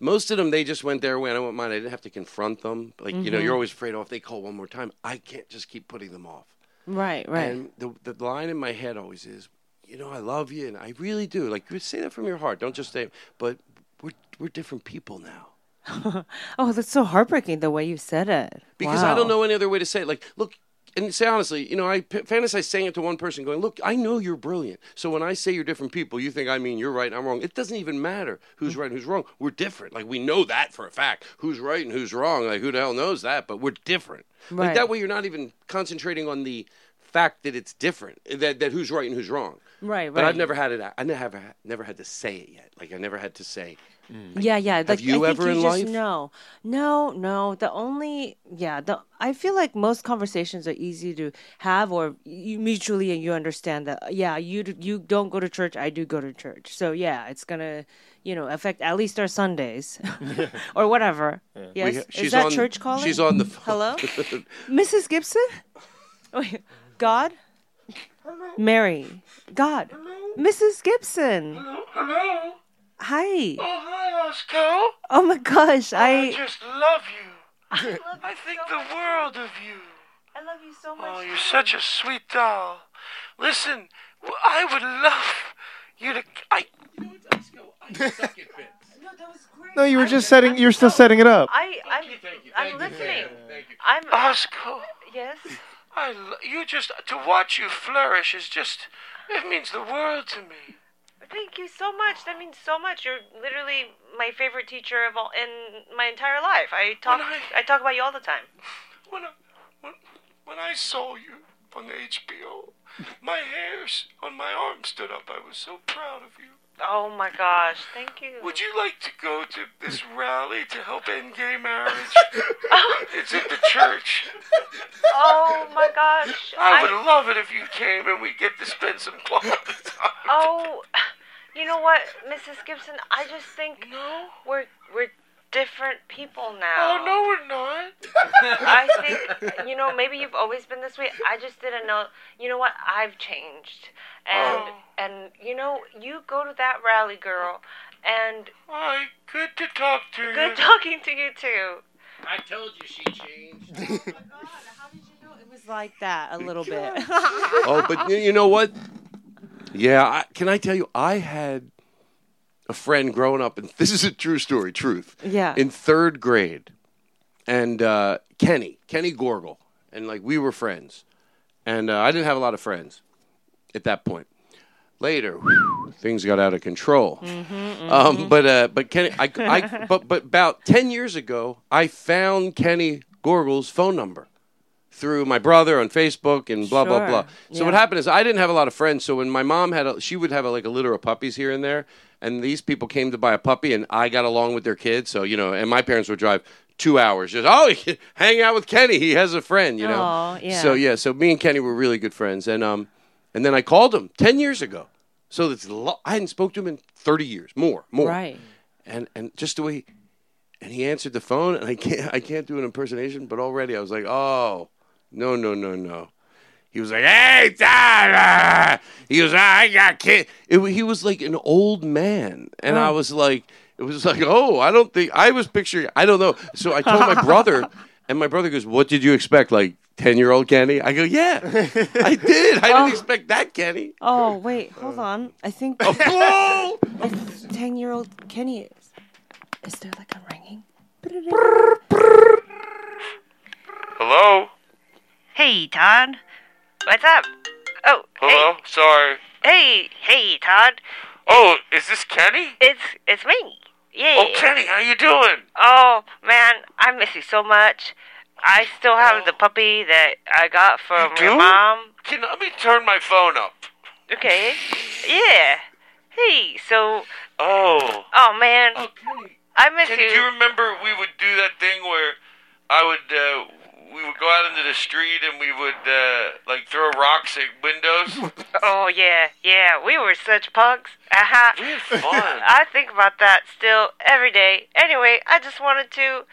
Speaker 3: most of them, they just went their way. and I went mine. I didn't have to confront them. Like, you know,
Speaker 4: Mhm.
Speaker 3: you're always afraid, oh, if they call one more time, I can't just keep putting them off.
Speaker 4: Right, right.
Speaker 3: And the, the line in my head always is, you know, I love you and I really do. Like, you say that from your heart. Don't just say, but we're, we're different people now.
Speaker 4: oh, that's so heartbreaking the way you said it.
Speaker 3: Because I don't know any other way to say it. Like, look, and say honestly, you know, I p- fantasize saying it to one person, going, look, I know you're brilliant. So when I say you're different people, you think I mean you're right and I'm wrong. It doesn't even matter
Speaker 4: Mm.
Speaker 3: who's right and who's wrong. We're different. Like, we know that for a fact. Who's right and who's wrong? Like, who the hell knows that? But we're different. Like,
Speaker 15: Right.
Speaker 3: that way you're not even concentrating on the fact that it's different, that, that who's right and who's wrong.
Speaker 4: Right,
Speaker 3: But I've
Speaker 4: right.
Speaker 3: never had it. I never had- never had to say it yet. Like I never had to say.
Speaker 4: Yeah, yeah.
Speaker 3: Mm. Have
Speaker 4: like, I
Speaker 3: you
Speaker 4: think
Speaker 3: ever in
Speaker 4: just
Speaker 3: life?
Speaker 4: know. No, no. The only yeah, the I feel like most conversations are easy to have or you mutually and you understand that yeah, you d- you don't go to church, I do go to church. So yeah, it's going to, you know, affect at least our Sundays or whatever.
Speaker 3: We
Speaker 4: Yes.
Speaker 3: ha-
Speaker 4: Is that
Speaker 3: on-
Speaker 4: church calling?
Speaker 3: She's on the phone.
Speaker 4: Hello? Mrs. Gibson? Wait, God? Mary. God. Mrs. Gibson.
Speaker 11: Hello? Oh,
Speaker 4: Hi.
Speaker 11: hi, Oscar.
Speaker 4: Oh my gosh, I
Speaker 11: just love you. I think the world of you.
Speaker 4: I love you so much.
Speaker 11: Oh, you're such a sweet doll. Listen, w- I would love you to. I.
Speaker 9: No, you were just setting. You're still setting it up.
Speaker 4: I, I'm, I'm listening. I'm.
Speaker 11: Oscar.
Speaker 4: Yes.
Speaker 11: I. lo- You just to watch you flourish is just. It means the world to me.
Speaker 4: Thank you so much. That means so much. You're literally my favorite teacher of all in my entire life. I talk,
Speaker 11: When I-
Speaker 4: I talk about you all the time.
Speaker 11: When I, when, when I saw you on the HBO, my hairs on my arm stood up. I was so proud of you.
Speaker 4: Oh my gosh, thank you.
Speaker 11: Would you like to go to this rally to help end gay marriage? it's at the church.
Speaker 4: Oh my gosh.
Speaker 11: I would love it if you came and we get to spend some quality time.
Speaker 4: Oh, you know what, Mrs. Gibson? I just think we're we're different people now.
Speaker 11: Oh, no, we're not.
Speaker 4: I think you know maybe you've always been this way. I just didn't know. You know what? I've changed, and
Speaker 11: Oh.
Speaker 4: and you know you go to that rally, girl, and
Speaker 11: Hi, good to talk to you.
Speaker 4: good talking to you too.
Speaker 11: I told you she
Speaker 12: Oh
Speaker 11: changed.
Speaker 4: It was like that a little bit.
Speaker 3: oh, but you, you know what? Yeah, I, can I tell you? I had a friend growing up, and this is a true story, truth.
Speaker 4: Yeah.
Speaker 3: In third grade, and uh, Kenny, Kenny Gorgel, and like we were friends, and uh, I didn't have a lot of friends at that point. Later, whew, things got out of control.
Speaker 15: Mm-hmm,
Speaker 3: Um, but uh, but Kenny, I, I but but about ten years ago, I found Kenny Gorgel's phone number through my brother on Facebook and blah blah
Speaker 15: Sure.
Speaker 3: blah. So what
Speaker 15: Yeah.
Speaker 3: happened is I didn't have a lot of friends. So when my mom had, a, she would have a, like a litter of puppies here and there, and these people came to buy a puppy, and I got along with their kids. So you know, and my parents would drive two hours just oh hang out with Kenny. He has a friend, you know.
Speaker 15: Aw, yeah.
Speaker 3: So yeah, so me and Kenny were really good friends, and um, and then I called him ten years ago. So that's lo- I hadn't spoke to him in thirty years, more, more. Right. And and just the way, and he answered the phone, and I can't I can't do an impersonation, but already I was like, oh no no no no. He was like, hey, Tyler. He was, "Ah, I got kid. It, wa- he was like an old man. And I was like, it was like, oh, I don't think, I was picturing, I don't know. So I told my brother, And my brother goes, "What did you expect? Like ten year old Kenny?" I go, "Yeah, I did. I didn't expect that, Kenny."
Speaker 12: Oh wait,
Speaker 11: Uh.
Speaker 12: hold on. I think.
Speaker 3: Oh,
Speaker 12: Ten-year-old Kenny is. Is there like a ringing?
Speaker 11: Hello?
Speaker 15: Hey, Todd. What's up? Oh,
Speaker 11: Hello? Sorry.
Speaker 15: hey, hey, Todd.
Speaker 11: Oh, is this Kenny?
Speaker 15: It's it's me. Yeah.
Speaker 11: Oh, Kenny, how you doing?
Speaker 15: Oh man, I miss you so much. I still have the puppy that I got from
Speaker 11: Oh. You do?
Speaker 15: your mom.
Speaker 11: Can let me turn my phone up.
Speaker 15: Okay. Yeah. Hey. So.
Speaker 11: Oh.
Speaker 15: Oh man. I miss
Speaker 11: Kenny,
Speaker 15: you.
Speaker 11: do you remember we would do that thing where I would uh, we would go out into the street and we would uh, like throw rocks at windows?
Speaker 15: Oh yeah, yeah. We were such punks. Uh-huh. We had
Speaker 11: fun.
Speaker 15: I think about that still every day. Anyway, I just wanted to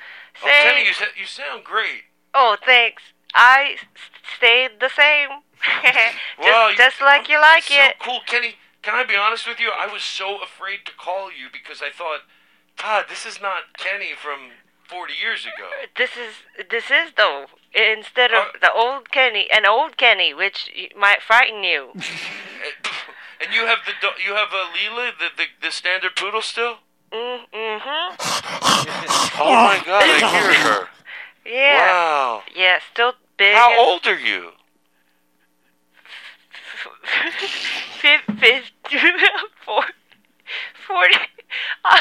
Speaker 11: Oh,
Speaker 15: say.
Speaker 11: Kenny, you, sa- you sound great.
Speaker 15: Oh, thanks. I s- stayed the same. just,
Speaker 11: Well, you-
Speaker 15: just like you like
Speaker 11: so
Speaker 15: it.
Speaker 11: cool, Kenny. Can I be honest with you? I was so afraid to call you because I thought, Todd, this is not Kenny from 40 years ago.
Speaker 15: This is this is though instead of the old Kenny, an old Kenny, which y- might frighten you.
Speaker 11: And you have the do- you have uh, Leela, the, the the standard poodle still?
Speaker 15: Mm hmm.
Speaker 11: Oh my God, I hear her.
Speaker 15: Yeah.
Speaker 11: Wow.
Speaker 15: Yeah, still big.
Speaker 11: How
Speaker 15: and-
Speaker 11: old are you?
Speaker 15: Fif- fif- four- forty. I,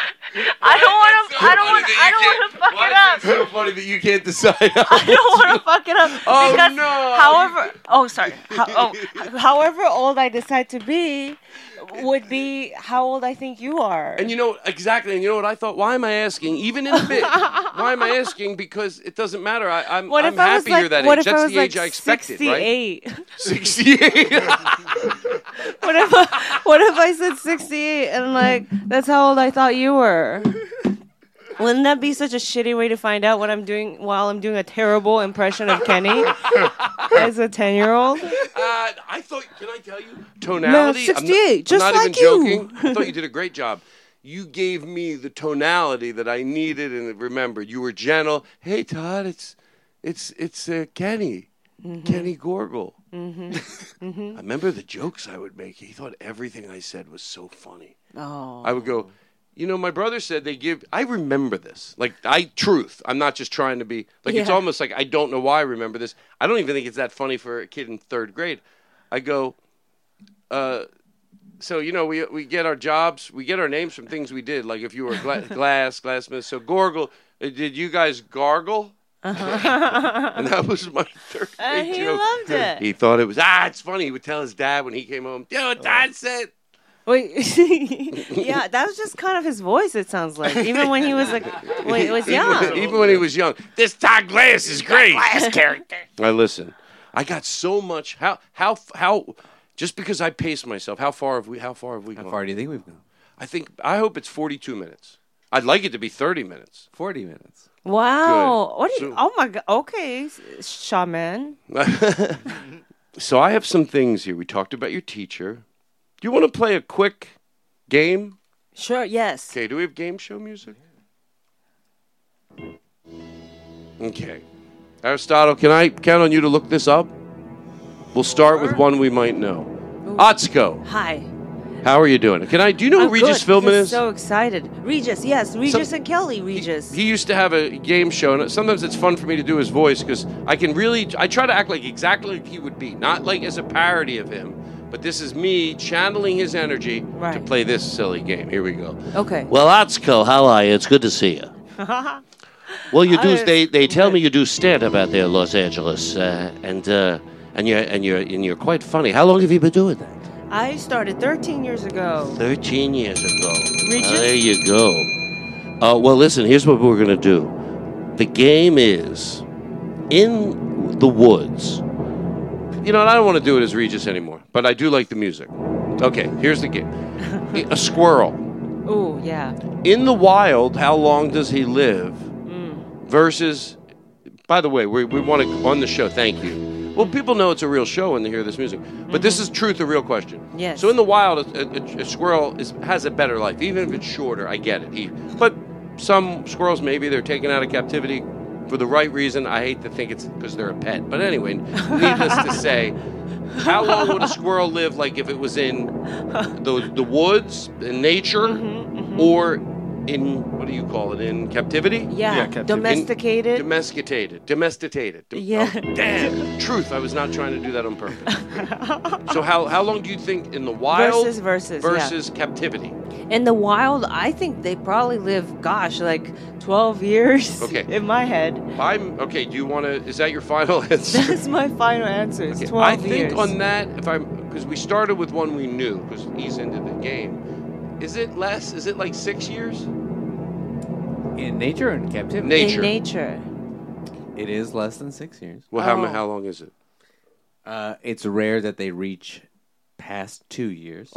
Speaker 15: I don't want to. I don't want. I don't want to fuck it up.
Speaker 3: so funny that you can't decide.
Speaker 15: I don't want to fuck it up
Speaker 3: Oh,
Speaker 15: because
Speaker 3: no.
Speaker 15: however, oh sorry,
Speaker 4: How, oh, h- however old I decide to be would be how old I think you are.
Speaker 3: And you know exactly. And you know what I thought? Why am I asking? Even in a bit, why am I asking? Because it doesn't matter. I, I'm,
Speaker 4: What
Speaker 3: I'm
Speaker 4: if I was
Speaker 3: happy you're
Speaker 4: like-
Speaker 3: that
Speaker 4: what
Speaker 3: age.
Speaker 4: if I
Speaker 3: That's
Speaker 4: was
Speaker 3: the age
Speaker 4: like
Speaker 3: I expected, right?
Speaker 4: 68?
Speaker 3: 68.
Speaker 4: What if I, what if I said 68 and like that's how old I thought you were? Wouldn't that be such a shitty way to find out what I'm doing while I'm doing a terrible impression of Kenny as a 10 year old?
Speaker 3: Uh, I thought, can I tell you? Tonality.
Speaker 4: No,
Speaker 3: I'm not-
Speaker 4: 68,
Speaker 3: I'm
Speaker 4: just
Speaker 3: not
Speaker 4: like
Speaker 3: even
Speaker 4: you.
Speaker 3: joking. I thought you did a great job. You gave me the tonality that I needed and remembered. You were gentle. Hey, Todd, it's it's it's uh, Kenny, Kenny Gorgle.
Speaker 4: Mm-hmm.
Speaker 3: I
Speaker 4: Mm-hmm.
Speaker 3: remember the jokes I would make. He thought everything I said was so funny.
Speaker 4: Oh.
Speaker 3: I would go, you know, my brother said they give. I remember this. Like, I truth. I'm not just trying to be. Like, it's
Speaker 4: Yeah.
Speaker 3: almost like I don't know why I remember this. I don't even think it's that funny for a kid in third grade. I go, uh, so you know, we we get our jobs, we get our names from things we did. Like, if you were gla- glass, glassmith. So gorgle. uh, Did you guys gargle? and that was my third
Speaker 4: And Uh-huh.
Speaker 3: grade
Speaker 4: Uh, he
Speaker 3: joke.
Speaker 4: loved it. Oh.
Speaker 3: He thought it was ah, it's funny. He would tell his dad when he came home, dude, dad said.
Speaker 4: Wait, yeah, that was just kind of his voice. It sounds like even when he was like, when he was
Speaker 3: Even-
Speaker 4: young.
Speaker 3: Even, when he was young, this Todd Glass is great.
Speaker 4: Glass
Speaker 3: character. I listen. I got so much. How how how? Just because I pace myself, how far have we? How far have we gone? How far do you think we've gone? I think I hope it's forty-two minutes. I'd like it to be thirty minutes. Forty minutes.
Speaker 4: Wow. What do you?
Speaker 3: So-
Speaker 4: oh my god. Okay, s- shaman.
Speaker 3: so I have some things here. We talked about your teacher. Do you want to play a quick game?
Speaker 4: Sure. Yes.
Speaker 3: Okay. Do we have game show music? Okay. Aristotle, can I count on you to look this up? We'll start with one we might know. Atsuko,
Speaker 4: Hi.
Speaker 3: how are you doing? Can I? Do you know who
Speaker 4: I'm
Speaker 3: Regis
Speaker 4: good.
Speaker 3: Philbin
Speaker 4: Just
Speaker 3: is?
Speaker 4: So excited. Regis. Yes. Regis and Kelly. Regis.
Speaker 3: he used to have a game show, and sometimes it's fun for me to do his voice because I can really. I try to act like exactly like he would be, not like as a parody of him, but this is me channeling his energy to play this silly game. Here we go.
Speaker 4: okay.
Speaker 16: Well, Atsuko, how are you? It's good to see you. Well, you do.
Speaker 4: I-
Speaker 16: They, they tell me you do stand up out there in Los Angeles, uh, and uh, and you're and you're and you're quite funny. How long have you been doing that?
Speaker 4: I started 13 years ago.
Speaker 16: Thirteen years ago.
Speaker 4: Regis?
Speaker 16: There you go. Uh, well, listen. Here's what we're gonna do. The game is in the woods.
Speaker 3: You know, and I don't want to do it as Regis anymore, but I do like the music. Okay, here's the game. a squirrel.
Speaker 4: Ooh, yeah.
Speaker 3: In the wild, how long does he live? Versus, by the way, we, we want to, on the show, thank you. Well, people know it's a real show when they hear this music, but this is truth, a real question.
Speaker 4: Yes.
Speaker 3: So in the wild, a, a, a squirrel is, has a better life, even if it's shorter. I get it. He, but some squirrels, maybe they're taken out of captivity, for the right reason. I hate to think it's because they're a pet. But anyway, needless to say, how long would a squirrel live? Like if it was in the the woods, in nature,
Speaker 4: Mm-hmm,
Speaker 3: or in what do you call it? In captivity?
Speaker 4: Yeah, domesticated.
Speaker 3: In- domesticated. Domesticated. Dom-
Speaker 4: yeah.
Speaker 3: Damn. Truth. I was not trying to do that on purpose. so how how long do you think in the wild
Speaker 4: Versus, versus, yeah.
Speaker 3: versus captivity?
Speaker 4: In the wild, I think they probably live, gosh, like 12 years.
Speaker 3: Okay.
Speaker 4: In my head.
Speaker 3: I'm okay. Do you want to? Is that your final answer?
Speaker 4: That's my final answer. It's
Speaker 3: Okay,
Speaker 4: 12
Speaker 3: I think
Speaker 4: years.
Speaker 3: on that, if I'm because we started with one we knew because he's into the game. Is it less? Is it like six years?
Speaker 6: In nature or in captivity?
Speaker 3: Nature.
Speaker 4: nature.
Speaker 6: It is less than six years.
Speaker 3: Well, how mu- Oh. how long is it?
Speaker 6: Uh, it's rare that they reach past two years.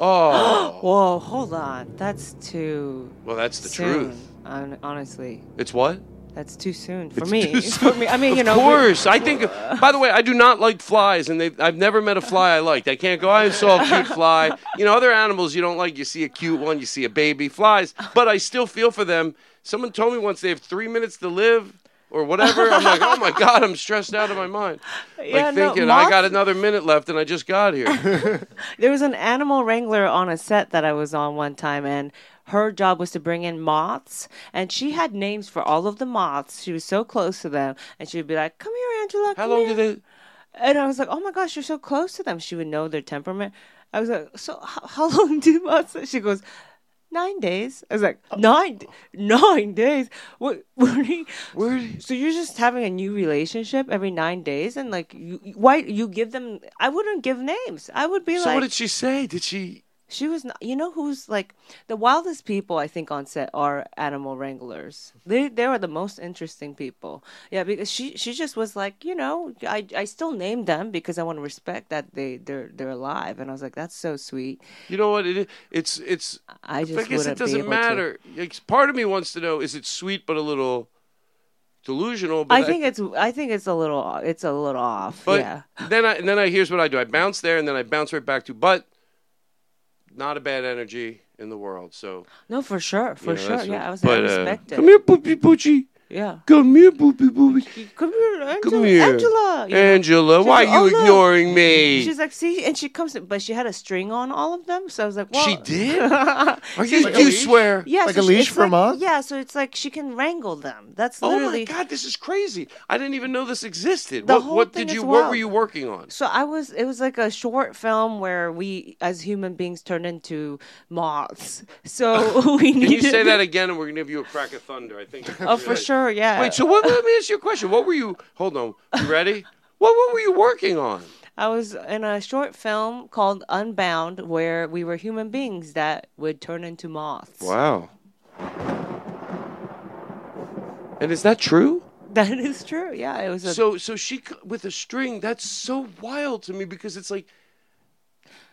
Speaker 4: Whoa, hold on. That's too.
Speaker 3: Well, that's the
Speaker 4: soon,
Speaker 3: truth.
Speaker 4: hon- honestly,
Speaker 3: It's what?
Speaker 4: that's too soon for
Speaker 3: It's
Speaker 4: me.
Speaker 3: too
Speaker 4: For me. I mean,
Speaker 3: of
Speaker 4: you know. we-
Speaker 3: course. I think. By the way, I do not like flies, and they, I've never met a fly I liked. I can't go. I saw a cute fly. You know, other animals you don't like. You see a cute one, you see a baby. Flies, but I still feel for them. Someone told me once they have three minutes to live. Or whatever. I'm like, oh my god, I'm stressed out of my mind.
Speaker 4: Yeah,
Speaker 3: like
Speaker 4: no,
Speaker 3: thinking I
Speaker 4: moth-
Speaker 3: got another minute left, and I just got here.
Speaker 4: There was an animal wrangler on a set that I was on one time, and her job was to bring in moths. And she had names for all of the moths. She was so close to them, and she would be like, "Come here, Angela." How long
Speaker 3: did it?
Speaker 4: And I was like, "Oh my gosh, you're so close to them." She would know their temperament. I was like, "So how, how long do moths?" She goes. Nine days. I was like nine, d- nine days. What? what are you- So you're just having a new relationship every nine days, and like, you, why you give them? I wouldn't give names. I would be
Speaker 3: so
Speaker 4: like,
Speaker 3: what did she say? Did she?
Speaker 4: she was not. You know who's like the wildest people I think on set are animal wranglers. They they are the most interesting people. Yeah, because she she just was like you know I I still named them because I want to respect that they they're they're alive and I was like that's so sweet.
Speaker 3: You know what? It, it's it's.
Speaker 4: I just
Speaker 3: I guess
Speaker 4: wouldn't
Speaker 3: it
Speaker 4: be
Speaker 3: doesn't
Speaker 4: able to.
Speaker 3: matter. Like, part of me wants to know: is it sweet but a little delusional? But
Speaker 4: I think it's I think it's a little it's a little off.
Speaker 3: But
Speaker 4: yeah.
Speaker 3: then I and then I here's what I do: I bounce there and then I bounce right back to. But not a bad energy in the world. So
Speaker 4: No, for sure, for
Speaker 3: know,
Speaker 4: sure.
Speaker 3: that's what-
Speaker 4: Yeah, I was
Speaker 3: but, uh,
Speaker 4: I respect it.
Speaker 3: come here, poopy poochie.
Speaker 4: Yeah.
Speaker 3: Come here, poopy poopy.
Speaker 4: Come here, Angela.
Speaker 3: Come here,
Speaker 4: Angela. you know?
Speaker 3: Angela,
Speaker 4: She's
Speaker 3: why
Speaker 4: like,
Speaker 3: are you
Speaker 4: "Oh, look."
Speaker 3: ignoring me?
Speaker 4: She's like, see, and she comes, but she had a string on all of them, so I was like, well,
Speaker 3: She did?
Speaker 4: Are
Speaker 3: you- you swear?
Speaker 4: "Oh, Yeah,
Speaker 3: Like
Speaker 4: so
Speaker 3: a
Speaker 4: she-
Speaker 3: leash
Speaker 4: it's
Speaker 3: for a
Speaker 4: like-
Speaker 3: moth?
Speaker 4: Yeah, so it's like she can wrangle them. That's
Speaker 3: oh
Speaker 4: literally.
Speaker 3: my god, this is crazy! I didn't even know this existed.
Speaker 4: The
Speaker 3: what
Speaker 4: whole
Speaker 3: what
Speaker 4: thing
Speaker 3: did you?
Speaker 4: is
Speaker 3: What were
Speaker 4: wild.
Speaker 3: you working on?
Speaker 4: So I was. It was like a short film where we, as human beings, turn into moths. So we
Speaker 3: Can
Speaker 4: needed.
Speaker 3: you say that again, and we're gonna give you a crack of thunder? I think.
Speaker 4: Oh, for sure, yeah.
Speaker 3: Wait. So what? Let me ask you a question. What were you? Hold on. You ready? What? What were you working on?
Speaker 4: I was in a short film called Unbound, where we were human beings that would turn into moths.
Speaker 3: Wow. And is that true?
Speaker 4: That is true. Yeah, it was. A,
Speaker 3: So so she c- with a string. That's so wild to me because it's like.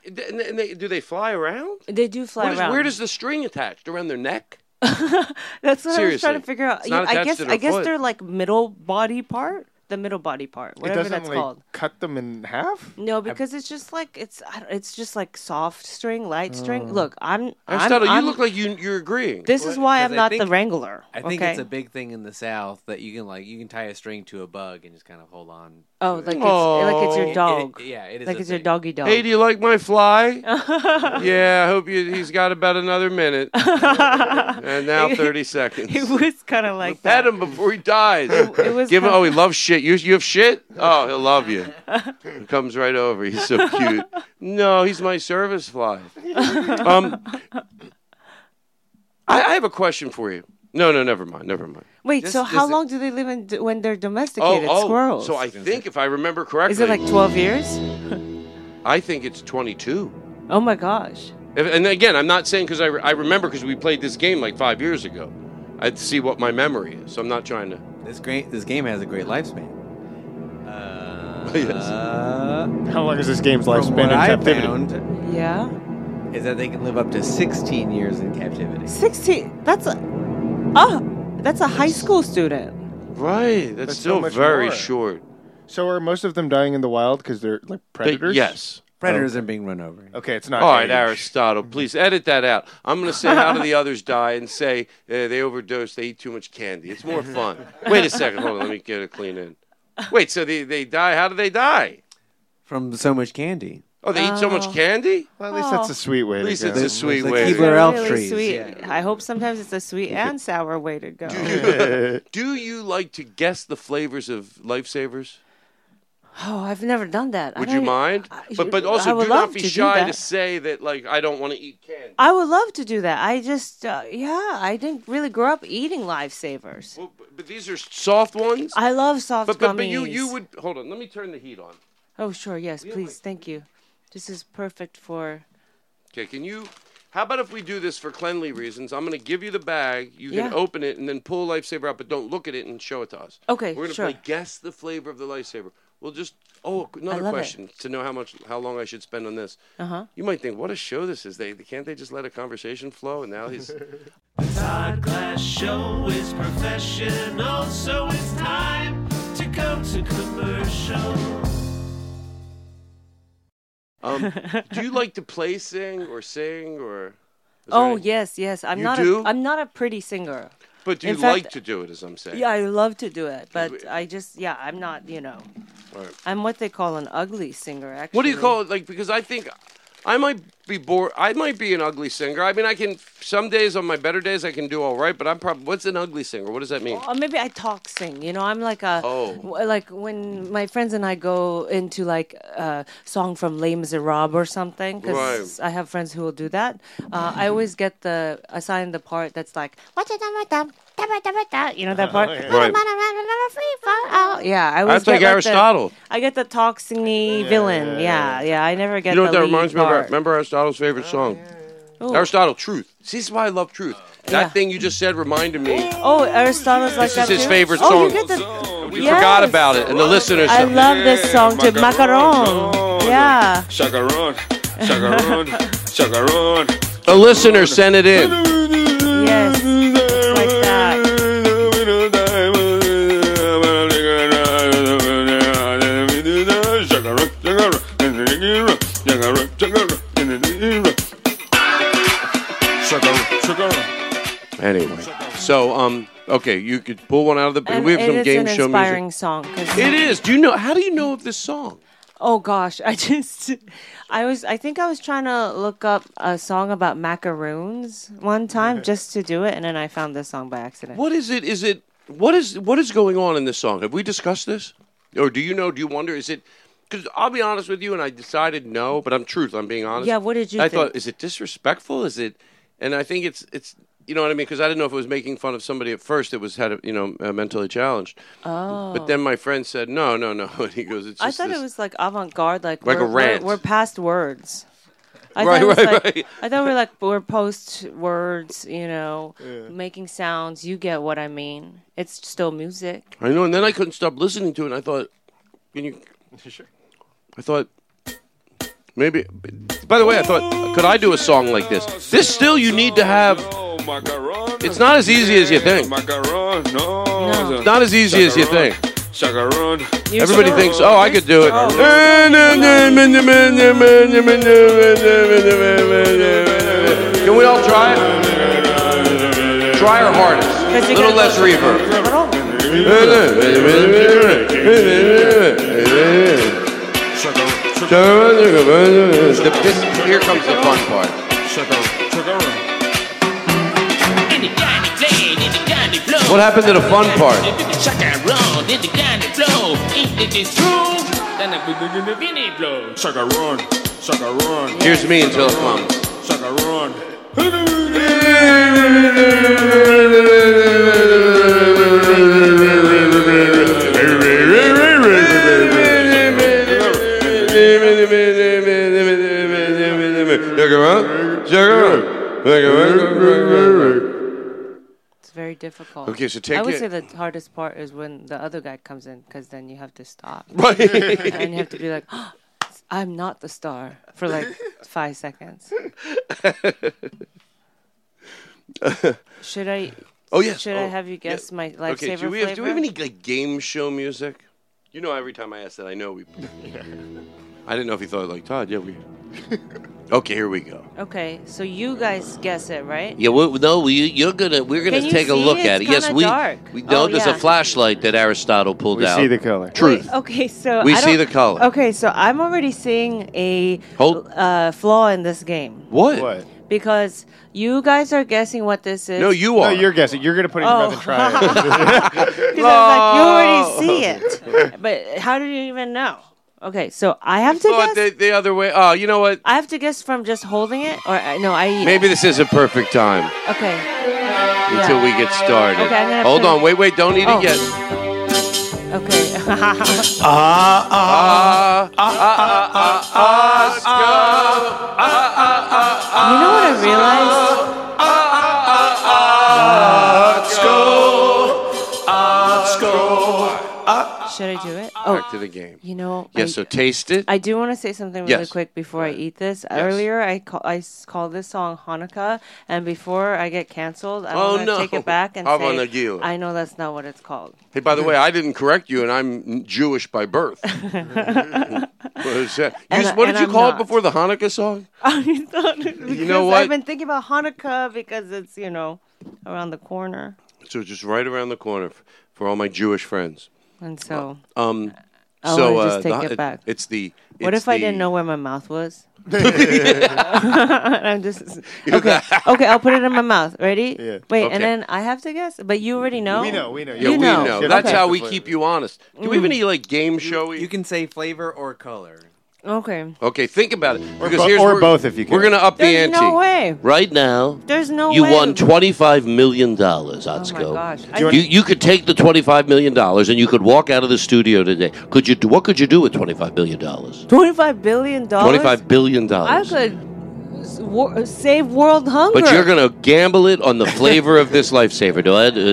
Speaker 3: And they- and they, do they fly around?
Speaker 4: They do fly
Speaker 3: What is-
Speaker 4: around.
Speaker 3: Where does the string attached? Around their neck?
Speaker 4: That's what I was trying
Speaker 3: Seriously.
Speaker 4: to figure out.
Speaker 3: It's
Speaker 4: You-
Speaker 3: not
Speaker 4: I
Speaker 3: attached
Speaker 4: guess
Speaker 3: to
Speaker 4: I
Speaker 3: their
Speaker 4: guess
Speaker 3: foot.
Speaker 4: they're like middle body part, the middle body part,
Speaker 9: It
Speaker 4: whatever
Speaker 9: doesn't
Speaker 4: that's
Speaker 9: like
Speaker 4: called.
Speaker 9: cut them in half.
Speaker 4: No, because it's just like it's I don't- it's just like soft string, light string.
Speaker 9: Oh.
Speaker 4: Look, I'm I'm,
Speaker 3: Uh. Aristotle, you
Speaker 4: I'm-
Speaker 3: look like you you're agreeing.
Speaker 4: This is why I'm
Speaker 6: Because I
Speaker 4: not the
Speaker 6: think-
Speaker 4: wrangler.
Speaker 6: I think
Speaker 4: okay?
Speaker 6: it's a big thing in the South that you can like you can tie a string to a bug and just kind of hold on.
Speaker 4: Oh,
Speaker 6: to
Speaker 4: like
Speaker 6: it.
Speaker 4: it's- like it's your
Speaker 6: It-
Speaker 3: Oh,
Speaker 6: it-
Speaker 4: dog.
Speaker 6: yeah, it is.
Speaker 4: Like
Speaker 6: a
Speaker 4: it's your
Speaker 6: thing.
Speaker 4: doggy dog.
Speaker 3: Hey, do you like my fly? yeah, I hope you, he's got about another minute. and now 30 seconds.
Speaker 4: It was kind of like
Speaker 3: Pet him before he dies.
Speaker 4: it was
Speaker 3: Give him.
Speaker 4: kinda-
Speaker 3: Oh, he loves shit. You you have shit. Oh, he'll love you. He comes right over. He's so cute. No, he's my service fly. Um, I, I have a question for you. No, no, never mind, never mind.
Speaker 4: Wait,
Speaker 3: This-
Speaker 4: so
Speaker 3: this
Speaker 4: how
Speaker 3: is-
Speaker 4: long do they live in d- when they're domesticated
Speaker 3: Oh, oh,
Speaker 4: squirrels?
Speaker 3: so I think if I remember correctly,
Speaker 4: is it like 12 years?
Speaker 3: I think it's 22.
Speaker 4: Oh my gosh.
Speaker 3: If- And again, I'm not saying because I, re- I remember because we played this game like five years ago. I'd see what my memory is, so I'm not trying to.
Speaker 6: This great. This game has a great lifespan. Uh,
Speaker 9: How long is this game's
Speaker 6: from
Speaker 9: lifespan
Speaker 6: what
Speaker 9: in
Speaker 6: I
Speaker 9: captivity?
Speaker 6: found
Speaker 4: Yeah.
Speaker 6: is that they can live up to 16 years in captivity.
Speaker 4: 16. That's a Oh, that's a high school student.
Speaker 3: Right, that's,
Speaker 9: That's so
Speaker 3: still
Speaker 9: much
Speaker 3: very
Speaker 9: more.
Speaker 3: short.
Speaker 9: So are most of them dying in the wild because they're like predators?
Speaker 3: yes.
Speaker 6: Predator isn't being run over.
Speaker 9: Okay, it's
Speaker 6: not
Speaker 3: All right,
Speaker 6: age.
Speaker 3: Aristotle, please edit that out. I'm going to say how do the others die and say uh, they overdose, they eat too much candy. It's more fun. Wait a second, hold on, let me get it clean in. Wait, so they, they die? How do they die?
Speaker 6: from so much candy.
Speaker 3: Oh, they eat so much
Speaker 12: Oh.
Speaker 3: candy?
Speaker 9: Well,
Speaker 12: at least
Speaker 4: Oh.
Speaker 12: that's a
Speaker 9: sweet way
Speaker 3: At
Speaker 9: to
Speaker 3: least
Speaker 9: go.
Speaker 3: it's a
Speaker 9: It's
Speaker 3: sweet
Speaker 9: like
Speaker 3: way. to
Speaker 9: Keebler
Speaker 3: go.
Speaker 9: elf
Speaker 12: really
Speaker 9: trees,
Speaker 12: sweet. I hope sometimes it's a sweet and sour way to go.
Speaker 3: Do you like to guess the flavors of lifesavers?
Speaker 4: Oh, I've never done that. I
Speaker 3: Would
Speaker 4: don't
Speaker 3: you
Speaker 4: e-
Speaker 3: mind?
Speaker 4: I-
Speaker 3: But but
Speaker 4: I
Speaker 3: also
Speaker 4: would
Speaker 3: do not
Speaker 4: love
Speaker 3: be
Speaker 4: to do
Speaker 3: shy to
Speaker 4: that.
Speaker 3: say that like I don't want to eat candy.
Speaker 4: I would love to do that. I just, uh, yeah, I didn't really grow up eating lifesavers.
Speaker 3: But these are soft ones.
Speaker 4: I love soft
Speaker 3: But but, but you
Speaker 4: gummies.
Speaker 3: you would hold on. Let me turn the heat on.
Speaker 4: Oh, sure, yes, please, thank you. This is perfect for.
Speaker 3: Okay, can you? How about if we do this for cleanly reasons? I'm going to give you the bag. You can
Speaker 4: Yeah.
Speaker 3: open it and then pull a lifesaver out, but don't look at it and show it to us.
Speaker 4: Okay,
Speaker 3: We're gonna
Speaker 4: sure.
Speaker 3: play guess the flavor of the lifesaver. We'll just. Oh,
Speaker 4: I
Speaker 3: another
Speaker 4: love it.
Speaker 3: question to know how much, how long I should spend on this.
Speaker 4: Uh huh.
Speaker 3: You might think, what a show this is. They can't they just let a conversation flow? And now he's.
Speaker 7: Todd Glass Show is professional, so it's time to go to commercial.
Speaker 3: Um, do you like to play, sing, or sing, or? is there
Speaker 4: Oh
Speaker 3: any-
Speaker 4: yes, yes. I'm
Speaker 3: You
Speaker 4: not.
Speaker 3: do?
Speaker 4: A, I'm not a pretty singer.
Speaker 3: But do you
Speaker 4: In fact,
Speaker 3: like to do it? As I'm saying.
Speaker 4: Yeah, I love to do it, but I just, yeah, I'm not. You know,
Speaker 3: All right.
Speaker 4: I'm what they call an ugly singer. Actually,
Speaker 3: What do you call it? Like because I think I might be bored. I might be an ugly singer. I mean, I can some days on my better days I can do all right, but I'm probably what's an ugly singer? What does that mean?
Speaker 4: Or maybe I talk sing. You know, I'm like a
Speaker 3: Oh.
Speaker 4: w- like when my friends and I go into like a song from Les Miserables or something because I have friends who will do that. Uh, I always get the assigned the part that's like you know that part.
Speaker 3: Right.
Speaker 4: Oh, yeah, I always
Speaker 3: That's like
Speaker 4: get, the-
Speaker 3: Aristotle.
Speaker 4: I get the talk singy villain. Yeah, yeah. I never get
Speaker 3: you know
Speaker 4: the
Speaker 3: what that
Speaker 4: lead
Speaker 3: reminds me of?
Speaker 4: part.
Speaker 3: Remember Aristotle's favorite song?
Speaker 4: Oh.
Speaker 3: Aristotle, truth. See, this is why I love truth. That
Speaker 4: Yeah.
Speaker 3: thing you just said reminded me.
Speaker 4: Oh, Aristotle's like
Speaker 3: This
Speaker 4: that
Speaker 3: is his
Speaker 4: too?
Speaker 3: favorite
Speaker 4: oh,
Speaker 3: song.
Speaker 4: You get the,
Speaker 3: We forgot about it, and the listeners.
Speaker 4: I love this song to Macaron. Yeah.
Speaker 11: Chacaron, chacaron, chacaron.
Speaker 3: A listener sent it in.
Speaker 4: Yes. Like that.
Speaker 3: Anyway, so um, okay, you could pull one out of the.
Speaker 4: And
Speaker 3: we have some
Speaker 4: it is
Speaker 3: game
Speaker 4: an
Speaker 3: show
Speaker 4: inspiring
Speaker 3: music.
Speaker 4: song. 'cause-
Speaker 3: It is. Do you know? How do you know of this song?
Speaker 4: Oh gosh, I just, I was, I think I was trying to look up a song about macaroons one time just to do it, and then I found this song by accident.
Speaker 3: What is it? Is it what is what is going on in this song? Have we discussed this, or do you know? Do you wonder? Is it? Because I'll be honest with you, and I decided no, but I'm truth. I'm being honest.
Speaker 4: Yeah, what did you
Speaker 3: I
Speaker 4: think?
Speaker 3: thought is it disrespectful? Is it? And I think it's it's you know what I mean because I didn't know if it was making fun of somebody at first that was had a, you know uh, mentally challenged.
Speaker 4: Oh.
Speaker 3: But then my friend said no, no, no, and he goes, it's
Speaker 4: I
Speaker 3: just
Speaker 4: thought it
Speaker 3: this-
Speaker 4: was like avant-garde, like
Speaker 3: Like a
Speaker 4: we're, we're-
Speaker 3: rant.
Speaker 4: We're, past words. I
Speaker 3: Right,
Speaker 4: thought it was like,
Speaker 3: right, right.
Speaker 4: I thought we are like we're post words, you know,
Speaker 3: Yeah.
Speaker 4: making sounds. You get what I mean. It's still music.
Speaker 3: I know, and then I couldn't stop listening to it. and I thought, can you? I thought maybe. By the way, I thought, could I do a song like this? This still you need to have. It's not as easy as you think. It's not as easy as you think. Everybody thinks, oh, I could do it. Can we all try it? Try our hardest. A little less reverb. The- this- here comes the fun part. What happened to the fun part? Here's me until it comes.
Speaker 4: It's very difficult.
Speaker 3: Okay, so take
Speaker 4: I would
Speaker 3: it-
Speaker 4: say the hardest part is when the other guy comes in, because then you have to stop.
Speaker 3: Right.
Speaker 4: and you have to be like, "Ah, I'm not the star for like five seconds. Should I?
Speaker 3: Oh yes.
Speaker 4: Should I
Speaker 3: Oh,
Speaker 4: have you
Speaker 3: yeah.
Speaker 4: guess my lifesaver
Speaker 3: Okay. Do we have, do
Speaker 4: flavor?
Speaker 3: we have any like game show music? You know, every time I ask that, I know we.
Speaker 17: I didn't know if he thought like Todd. Yeah, we. okay, here we go.
Speaker 4: Okay, so you guys guess it, right?
Speaker 3: Yeah, well, no, we, you're gonna we're gonna
Speaker 4: Can you
Speaker 3: take a
Speaker 4: see?
Speaker 3: look
Speaker 4: It's
Speaker 3: at it. Yes,
Speaker 4: kinda
Speaker 3: we
Speaker 4: dark.
Speaker 3: we know
Speaker 4: Oh,
Speaker 3: there's
Speaker 4: yeah. oh,
Speaker 3: a flashlight that Aristotle pulled
Speaker 9: We
Speaker 3: out.
Speaker 9: see the color.
Speaker 3: Truth.
Speaker 4: Okay, so
Speaker 3: We
Speaker 4: I
Speaker 3: see
Speaker 4: don't-
Speaker 3: the color.
Speaker 4: Okay, so I'm already seeing a
Speaker 3: Hold-
Speaker 4: uh, flaw in this game
Speaker 3: What?
Speaker 4: because you guys are guessing what this is.
Speaker 9: No, you're guessing. You're gonna put it in your mouth and try it.
Speaker 4: Because I was like, you already see it, but how do you even know? Okay, so I have to guess.
Speaker 17: The, the other way. Oh, you know what?
Speaker 4: I have to guess from just holding it, or uh, no, I
Speaker 3: Maybe this is a perfect time
Speaker 4: Okay.
Speaker 3: until we get started.
Speaker 4: Okay, I'm gonna
Speaker 3: Hold
Speaker 4: put-
Speaker 3: on, wait, wait, don't eat
Speaker 4: Oh.
Speaker 3: it yet.
Speaker 4: Okay.
Speaker 18: Ah,
Speaker 17: ah, ah, ah, ah, ah,
Speaker 4: You know what I realized? Should I do it? Oh,
Speaker 17: Back to the game.
Speaker 4: You know,
Speaker 17: Yeah,
Speaker 4: I-
Speaker 17: so taste it.
Speaker 4: I do want to say something really
Speaker 17: Yes.
Speaker 4: quick before I eat this. Earlier, I call, I s- called this song Hanukkah, and before I get canceled, I
Speaker 17: Oh,
Speaker 4: want to
Speaker 17: no.
Speaker 4: take it back and say,
Speaker 17: Havanagila.
Speaker 4: I know that's not what it's called.
Speaker 17: Hey, by the way, I didn't correct you, and I'm Jewish by birth. What is that? You
Speaker 4: And
Speaker 17: s-
Speaker 4: I-
Speaker 17: what did
Speaker 4: and
Speaker 17: you
Speaker 4: I'm
Speaker 17: call
Speaker 4: not.
Speaker 17: it before the Hanukkah song?
Speaker 4: you
Speaker 17: know what?
Speaker 4: I've been thinking about Hanukkah because it's you know around the corner,
Speaker 17: So just right around the corner f- for all my Jewish friends.
Speaker 4: and so
Speaker 17: Um,
Speaker 4: Oh, I
Speaker 17: so
Speaker 4: wanna
Speaker 17: uh,
Speaker 4: just
Speaker 17: the
Speaker 4: take
Speaker 17: Hun-
Speaker 4: it back.
Speaker 17: It's the.
Speaker 4: what
Speaker 17: it's
Speaker 4: if I
Speaker 17: the-
Speaker 4: didn't know where my mouth was? I'm just okay. okay, I'll put it in my mouth. Ready?
Speaker 17: Yeah.
Speaker 4: Wait,
Speaker 17: Okay.
Speaker 4: and then I have to guess, but you already know.
Speaker 9: We know, we know.
Speaker 17: Yeah,
Speaker 4: You
Speaker 17: we
Speaker 4: know.
Speaker 17: know. That's
Speaker 4: Okay.
Speaker 17: how we keep you honest. Do we have
Speaker 4: Mm.
Speaker 17: any like game showy?
Speaker 6: You can say flavor or color.
Speaker 4: Okay.
Speaker 17: Okay, think about it. Because
Speaker 3: bo-
Speaker 17: here's
Speaker 3: or
Speaker 17: where-
Speaker 3: both if you can.
Speaker 17: We're gonna up the
Speaker 4: There's
Speaker 17: ante.
Speaker 4: no way. Oh
Speaker 3: Right now,
Speaker 4: There's no
Speaker 3: you
Speaker 4: way. Oh,
Speaker 3: won $25 million, Otzko.
Speaker 4: gosh. I-
Speaker 3: You, you could take the $25 million and you could walk out of the studio today. Could you? do- What could you do with $25 million? $25
Speaker 4: Twenty-five billion dollars.
Speaker 3: billion.
Speaker 4: I could s- wor- save world hunger.
Speaker 3: But you're going to gamble it on the flavor of this lifesaver. Do I, uh,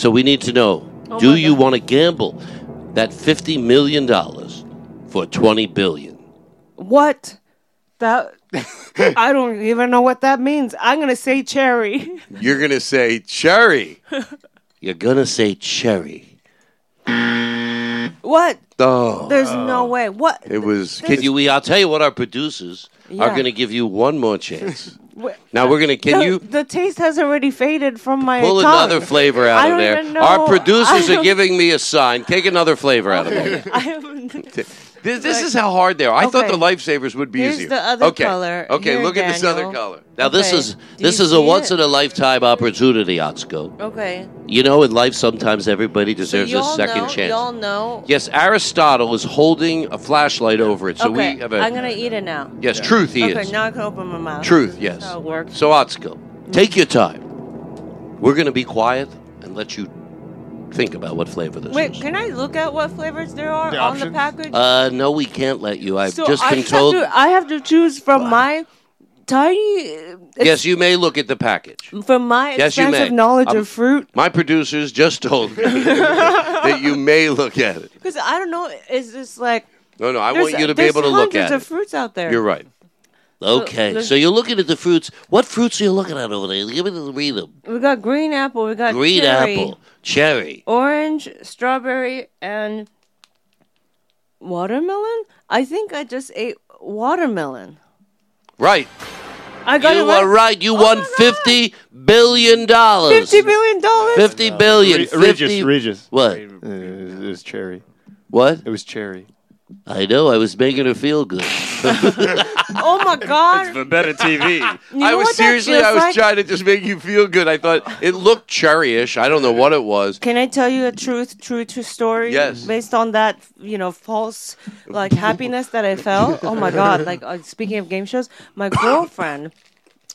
Speaker 3: so we need to know
Speaker 4: Oh
Speaker 3: do
Speaker 4: my
Speaker 3: you want to gamble that $50 million for $20 billion?
Speaker 4: what? That I don't even know what that means. I'm gonna say cherry.
Speaker 17: You're gonna say cherry.
Speaker 3: You're going to say cherry.
Speaker 4: What?
Speaker 3: Oh.
Speaker 4: There's
Speaker 17: Uh,
Speaker 4: no way. What?
Speaker 3: It was. Can you? We, I'll tell you what. Our producers are
Speaker 4: Yeah.
Speaker 3: going to give you one more chance.
Speaker 4: Wh-
Speaker 3: now we're going to. Can
Speaker 4: the,
Speaker 3: you
Speaker 4: The taste has already faded from my
Speaker 3: pull
Speaker 4: tongue.
Speaker 3: another flavor out
Speaker 4: I
Speaker 3: of
Speaker 4: don't
Speaker 3: there?
Speaker 4: even know.
Speaker 3: Our producers
Speaker 4: I
Speaker 3: are
Speaker 4: don't-
Speaker 3: giving me a sign. Take another flavor out of there.
Speaker 4: I haven't-
Speaker 17: This, this is how hard they are. I thought
Speaker 4: Okay.
Speaker 17: the lifesavers would be
Speaker 4: Here's
Speaker 17: easier.
Speaker 4: the other
Speaker 17: okay.
Speaker 4: color.
Speaker 17: Okay,
Speaker 4: Here,
Speaker 17: look at this other
Speaker 4: Daniel.
Speaker 17: color.
Speaker 3: Now this
Speaker 4: Okay.
Speaker 3: is
Speaker 4: Do
Speaker 3: this
Speaker 4: you
Speaker 3: is a
Speaker 4: see
Speaker 3: once
Speaker 4: it?
Speaker 3: in a lifetime opportunity, Otsko.
Speaker 4: Okay.
Speaker 3: You know, in life, sometimes everybody deserves
Speaker 4: you
Speaker 3: a
Speaker 4: all
Speaker 3: second
Speaker 4: know,
Speaker 3: chance.
Speaker 4: You all know.
Speaker 3: Yes, Aristotle is holding a flashlight over it, so
Speaker 4: okay,
Speaker 3: we have a.
Speaker 4: I'm gonna eat it now.
Speaker 3: Yes, truth he
Speaker 4: okay,
Speaker 3: is.
Speaker 4: now I can open my mouth.
Speaker 3: Truth,
Speaker 4: This is
Speaker 3: yes.
Speaker 4: how it works.
Speaker 3: So, Otsko, take your time. We're going to be quiet and let you think about what flavor this
Speaker 4: Wait, can I look at what flavors there are
Speaker 3: The
Speaker 4: on the
Speaker 3: options?
Speaker 4: package?
Speaker 3: is. Uh, no, we can't let you. I've
Speaker 4: so
Speaker 3: just
Speaker 4: I
Speaker 3: been told.
Speaker 4: Have to, I have to choose from my tiny, uh,
Speaker 3: yes, you may look at the package.
Speaker 4: from my
Speaker 3: Yes, you may.
Speaker 4: expansive knowledge
Speaker 3: Um,
Speaker 4: of fruit.
Speaker 3: My producers just told me that you may look at it.
Speaker 4: Because I don't know, is this like
Speaker 3: No, no, I
Speaker 4: there's-
Speaker 3: want you to be
Speaker 4: there's
Speaker 3: able to look
Speaker 4: hundreds
Speaker 3: at
Speaker 4: of
Speaker 3: it.
Speaker 4: fruits out there.
Speaker 3: You're right. Okay,
Speaker 4: let's-
Speaker 3: so you're looking at the fruits. What fruits are you looking at over there? Give me the read them.
Speaker 4: We got green apple. We got
Speaker 3: Green
Speaker 4: cherry,
Speaker 3: apple, cherry.
Speaker 4: orange, strawberry, and watermelon. I think I just ate watermelon.
Speaker 3: Right.
Speaker 4: I got
Speaker 3: you
Speaker 4: it Oh,
Speaker 3: were right. You won fifty billion dollars.
Speaker 4: Fifty billion dollars.
Speaker 3: Fifty billion.
Speaker 9: Re-
Speaker 3: 50
Speaker 9: Regis, Regis.
Speaker 3: What?
Speaker 9: It was, it was cherry.
Speaker 3: What?
Speaker 9: It was cherry.
Speaker 3: I know. I was making her feel good.
Speaker 4: Oh my god!
Speaker 9: For better TV.
Speaker 4: You
Speaker 17: I
Speaker 4: know
Speaker 17: was
Speaker 4: what that
Speaker 17: seriously,
Speaker 4: feels
Speaker 17: I was
Speaker 4: like?
Speaker 17: trying to just make you feel good. I thought it looked cherryish. I don't know what it was.
Speaker 4: Can I tell you a truth, true, true story?
Speaker 17: Yes.
Speaker 4: Based on that, you know, false like happiness that I felt. Oh my god! Like uh, speaking of game shows, my girlfriend.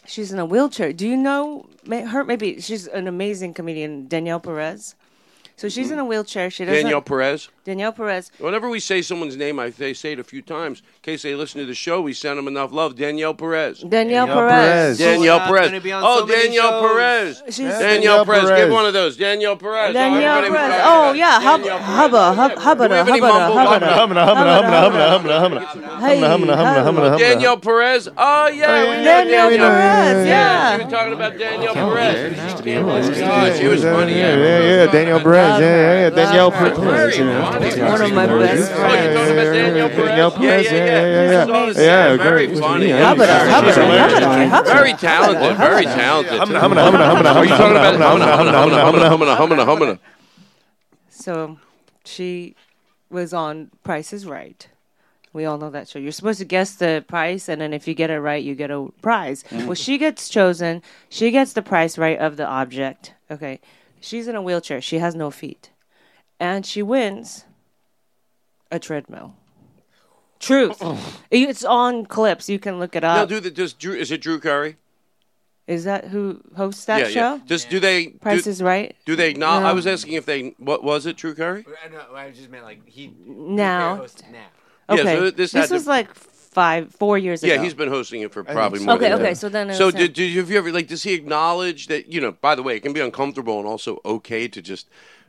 Speaker 4: She's in a wheelchair. Do you know ma- her? Maybe she's an amazing comedian, Danielle Perez. So she's in a wheelchair. She doesn't.
Speaker 17: Hmm. Danielle Perez.
Speaker 4: Danielle Perez.
Speaker 17: Whenever we say someone's name, I they say it a few times. In case they listen to the show, we send them enough love. Danielle Perez.
Speaker 4: Danielle Danielle Perez. Perez.
Speaker 17: Danielle
Speaker 4: She's
Speaker 17: Perez.
Speaker 4: gonna be on
Speaker 17: oh,
Speaker 4: so many
Speaker 17: Danielle
Speaker 4: shows.
Speaker 17: Perez.
Speaker 4: She's-
Speaker 17: Danielle,
Speaker 4: Danielle
Speaker 17: Perez.
Speaker 4: Perez.
Speaker 17: Give one of those. Danielle Perez.
Speaker 4: Danielle
Speaker 17: oh,
Speaker 4: Perez. Oh yeah, hub, hubba, hub, hubbada,
Speaker 17: any
Speaker 4: hubbada,
Speaker 17: mumble
Speaker 4: hubbada,
Speaker 9: Humna, humna, humna, humna, humna, humna.
Speaker 4: Hey,
Speaker 9: Humna, humna, humna, humna, humna.
Speaker 17: Danielle Perez. Oh yeah, we know
Speaker 4: Danielle
Speaker 17: Danielle
Speaker 4: Perez, yeah.
Speaker 17: She
Speaker 3: I'm talking about Danielle
Speaker 9: Oh,
Speaker 3: Perez.
Speaker 9: yeah,
Speaker 3: She's
Speaker 9: no.
Speaker 3: being
Speaker 9: Yeah,
Speaker 3: lesbian.
Speaker 9: yeah,
Speaker 3: God, she was
Speaker 9: yeah,
Speaker 3: funny.
Speaker 9: Yeah, yeah, yeah, Danielle Perez. Yeah, yeah, yeah. Danielle
Speaker 3: Love her.
Speaker 9: Perez. you know.
Speaker 3: Very
Speaker 9: One of my best friends. Oh, you're talking about Danielle Perez? Danielle Perez. Yeah, yeah, yeah. Yeah, yeah.
Speaker 3: Very
Speaker 9: great.
Speaker 3: funny.
Speaker 9: Yeah,
Speaker 3: Very
Speaker 9: she's
Speaker 3: funny.
Speaker 9: hilarious.
Speaker 3: Very talented. Very talented.
Speaker 9: humana, humana, humana,
Speaker 3: Are you talking
Speaker 9: humana,
Speaker 3: about
Speaker 9: humana, humana,
Speaker 3: humana,
Speaker 9: humana,
Speaker 3: humana, humana, humana?
Speaker 4: So she was on Price is Right. We all know that show. You're supposed to guess the price, and then if you get it right, you get a prize.
Speaker 3: Mm-hmm.
Speaker 4: Well, she gets chosen. She gets the price right of the object. Okay. She's in a wheelchair. She has no feet. And she wins a treadmill. Truth. It's on clips. You can look it
Speaker 3: No,
Speaker 4: up.
Speaker 3: do the does Drew is it Drew Carey?
Speaker 4: Is that who hosts that
Speaker 3: yeah,
Speaker 4: show?
Speaker 3: yeah. Just do they do-
Speaker 4: Price is Right?
Speaker 3: Do they not? I
Speaker 4: No.
Speaker 3: was asking if they what was it Drew Carey?
Speaker 6: No, I just meant like he
Speaker 4: Now.
Speaker 3: Yeah,
Speaker 4: Okay.
Speaker 3: so this
Speaker 4: this
Speaker 3: had to-
Speaker 4: was like five, four years
Speaker 3: Yeah,
Speaker 4: ago.
Speaker 3: he's been hosting it for probably
Speaker 4: so.
Speaker 3: more.
Speaker 4: Okay,
Speaker 3: than
Speaker 4: okay,
Speaker 3: that.
Speaker 4: so then it
Speaker 3: so
Speaker 4: was
Speaker 3: did,
Speaker 4: him.
Speaker 3: did you have you ever like? Does he acknowledge that you know? By the way, it can be uncomfortable and also okay to just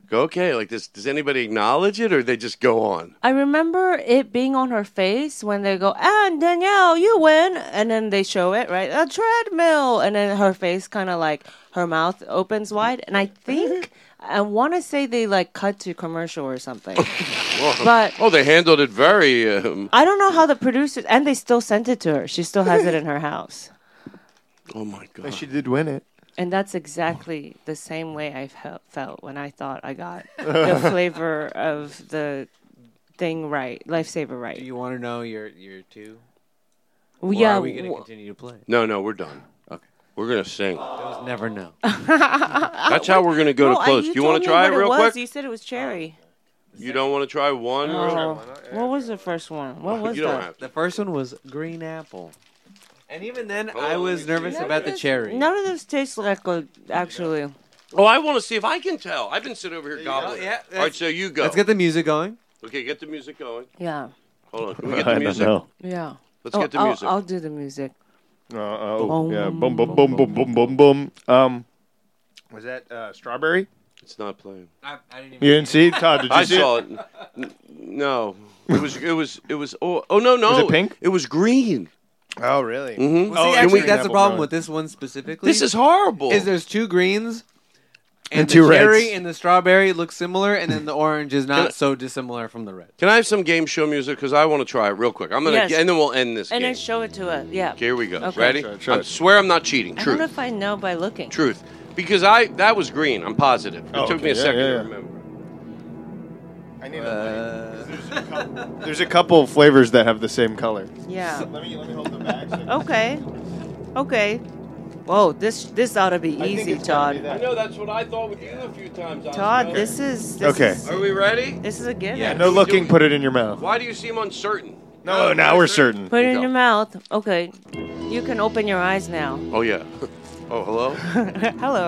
Speaker 3: go okay like this. Does anybody acknowledge it or they just go on?
Speaker 4: I remember it being on her face when they go, and Danielle, you win. And then they show it, right? A treadmill. And then her face kind of like her mouth opens wide. And I think, I want to say they like cut to commercial or something. But-
Speaker 3: oh, they handled it very. Um,
Speaker 4: I don't know how the producers, and they still sent it to her. She still has it in her house.
Speaker 3: oh my god!
Speaker 9: And she did win it.
Speaker 4: And that's exactly the same way I fe- felt when I thought I got the flavor of the thing right, lifesaver right.
Speaker 6: Do you want to know your your two?
Speaker 4: Well,
Speaker 6: Or
Speaker 4: yeah,
Speaker 6: Are we going to
Speaker 4: wh-
Speaker 6: continue to play?
Speaker 3: No, no, we're done. Okay, we're gonna sing.
Speaker 6: never know.
Speaker 3: That's how we're gonna go
Speaker 4: No,
Speaker 3: to
Speaker 4: Ah, I-
Speaker 3: close. Do you want
Speaker 4: told
Speaker 3: to
Speaker 4: me
Speaker 3: try it
Speaker 4: what
Speaker 3: real
Speaker 4: was.
Speaker 3: quick?
Speaker 4: You said it was cherry.
Speaker 3: You don't want to try one?
Speaker 4: Oh, what was the first one? What was
Speaker 3: you don't
Speaker 4: that?
Speaker 3: have
Speaker 6: The first one was green apple. And even then, I was nervous
Speaker 4: None of
Speaker 6: about the
Speaker 4: this-
Speaker 6: cherry.
Speaker 4: None of this tastes like a, actually.
Speaker 3: Oh, I want to see if I can tell. I've been sitting over here gobbling.
Speaker 6: Yeah,
Speaker 3: All right, so you go.
Speaker 6: Let's get the music going.
Speaker 3: Okay, get the music going.
Speaker 4: Yeah.
Speaker 3: Hold on. Can we get the
Speaker 9: I don't
Speaker 3: music?
Speaker 9: know.
Speaker 4: Yeah.
Speaker 3: Let's
Speaker 4: Oh,
Speaker 3: get the
Speaker 4: I'll,
Speaker 3: music.
Speaker 4: I'll do the music.
Speaker 9: Uh, oh, yeah. Boom, boom, boom, boom, boom, boom, boom. Um, was that uh, strawberry?
Speaker 3: It's not playing.
Speaker 6: I,
Speaker 9: You didn't see it, Todd? Did you
Speaker 3: I
Speaker 9: see
Speaker 3: saw
Speaker 9: it?
Speaker 3: it. N- No, it was it was it was oh, oh no no
Speaker 9: Was it pink?
Speaker 3: It was green.
Speaker 9: Oh, really?
Speaker 3: Mhm.
Speaker 6: Well, see,
Speaker 3: Can
Speaker 6: actually,
Speaker 3: we-
Speaker 6: that's the problem with this one specifically.
Speaker 3: This is horrible.
Speaker 6: Is there's two greens and,
Speaker 3: And two
Speaker 6: the
Speaker 3: reds.
Speaker 6: cherry and the strawberry look similar, and then the orange is
Speaker 3: Can I-
Speaker 6: not so dissimilar from the red.
Speaker 3: Can I have some game show music? Because I want to try it real quick. I'm gonna
Speaker 4: Yes.
Speaker 3: and then we'll end this
Speaker 4: And
Speaker 3: game.
Speaker 4: then show it to us. Yeah.
Speaker 3: Here we go.
Speaker 4: Okay.
Speaker 3: Ready?
Speaker 4: Try it,
Speaker 9: try
Speaker 3: I
Speaker 9: it.
Speaker 3: swear I'm not cheating.
Speaker 4: I don't know
Speaker 3: Truth.
Speaker 4: if I know by looking.
Speaker 3: Truth. Because I that was green. I'm positive. It
Speaker 9: Oh,
Speaker 3: took
Speaker 9: okay.
Speaker 3: me a
Speaker 9: Yeah,
Speaker 3: second
Speaker 9: yeah,
Speaker 3: to
Speaker 9: yeah.
Speaker 3: remember.
Speaker 9: I need a There's a couple of flavors that have the same color.
Speaker 4: Yeah.
Speaker 9: Let me, let me hold the bag.
Speaker 4: Okay. Okay. Whoa, this this ought to be easy, Todd.
Speaker 3: I know that's what I thought with you a few times.
Speaker 4: Todd,
Speaker 3: Oscar.
Speaker 4: this is this
Speaker 9: Okay.
Speaker 4: Is,
Speaker 3: Are we ready?
Speaker 4: This is a gift.
Speaker 9: Yeah, no looking, put it in your mouth.
Speaker 3: Why do you seem uncertain?
Speaker 9: No, now we're certain.
Speaker 4: Put it in your mouth. Okay. You can open your eyes now.
Speaker 3: Oh yeah. Oh hello.
Speaker 4: Hello.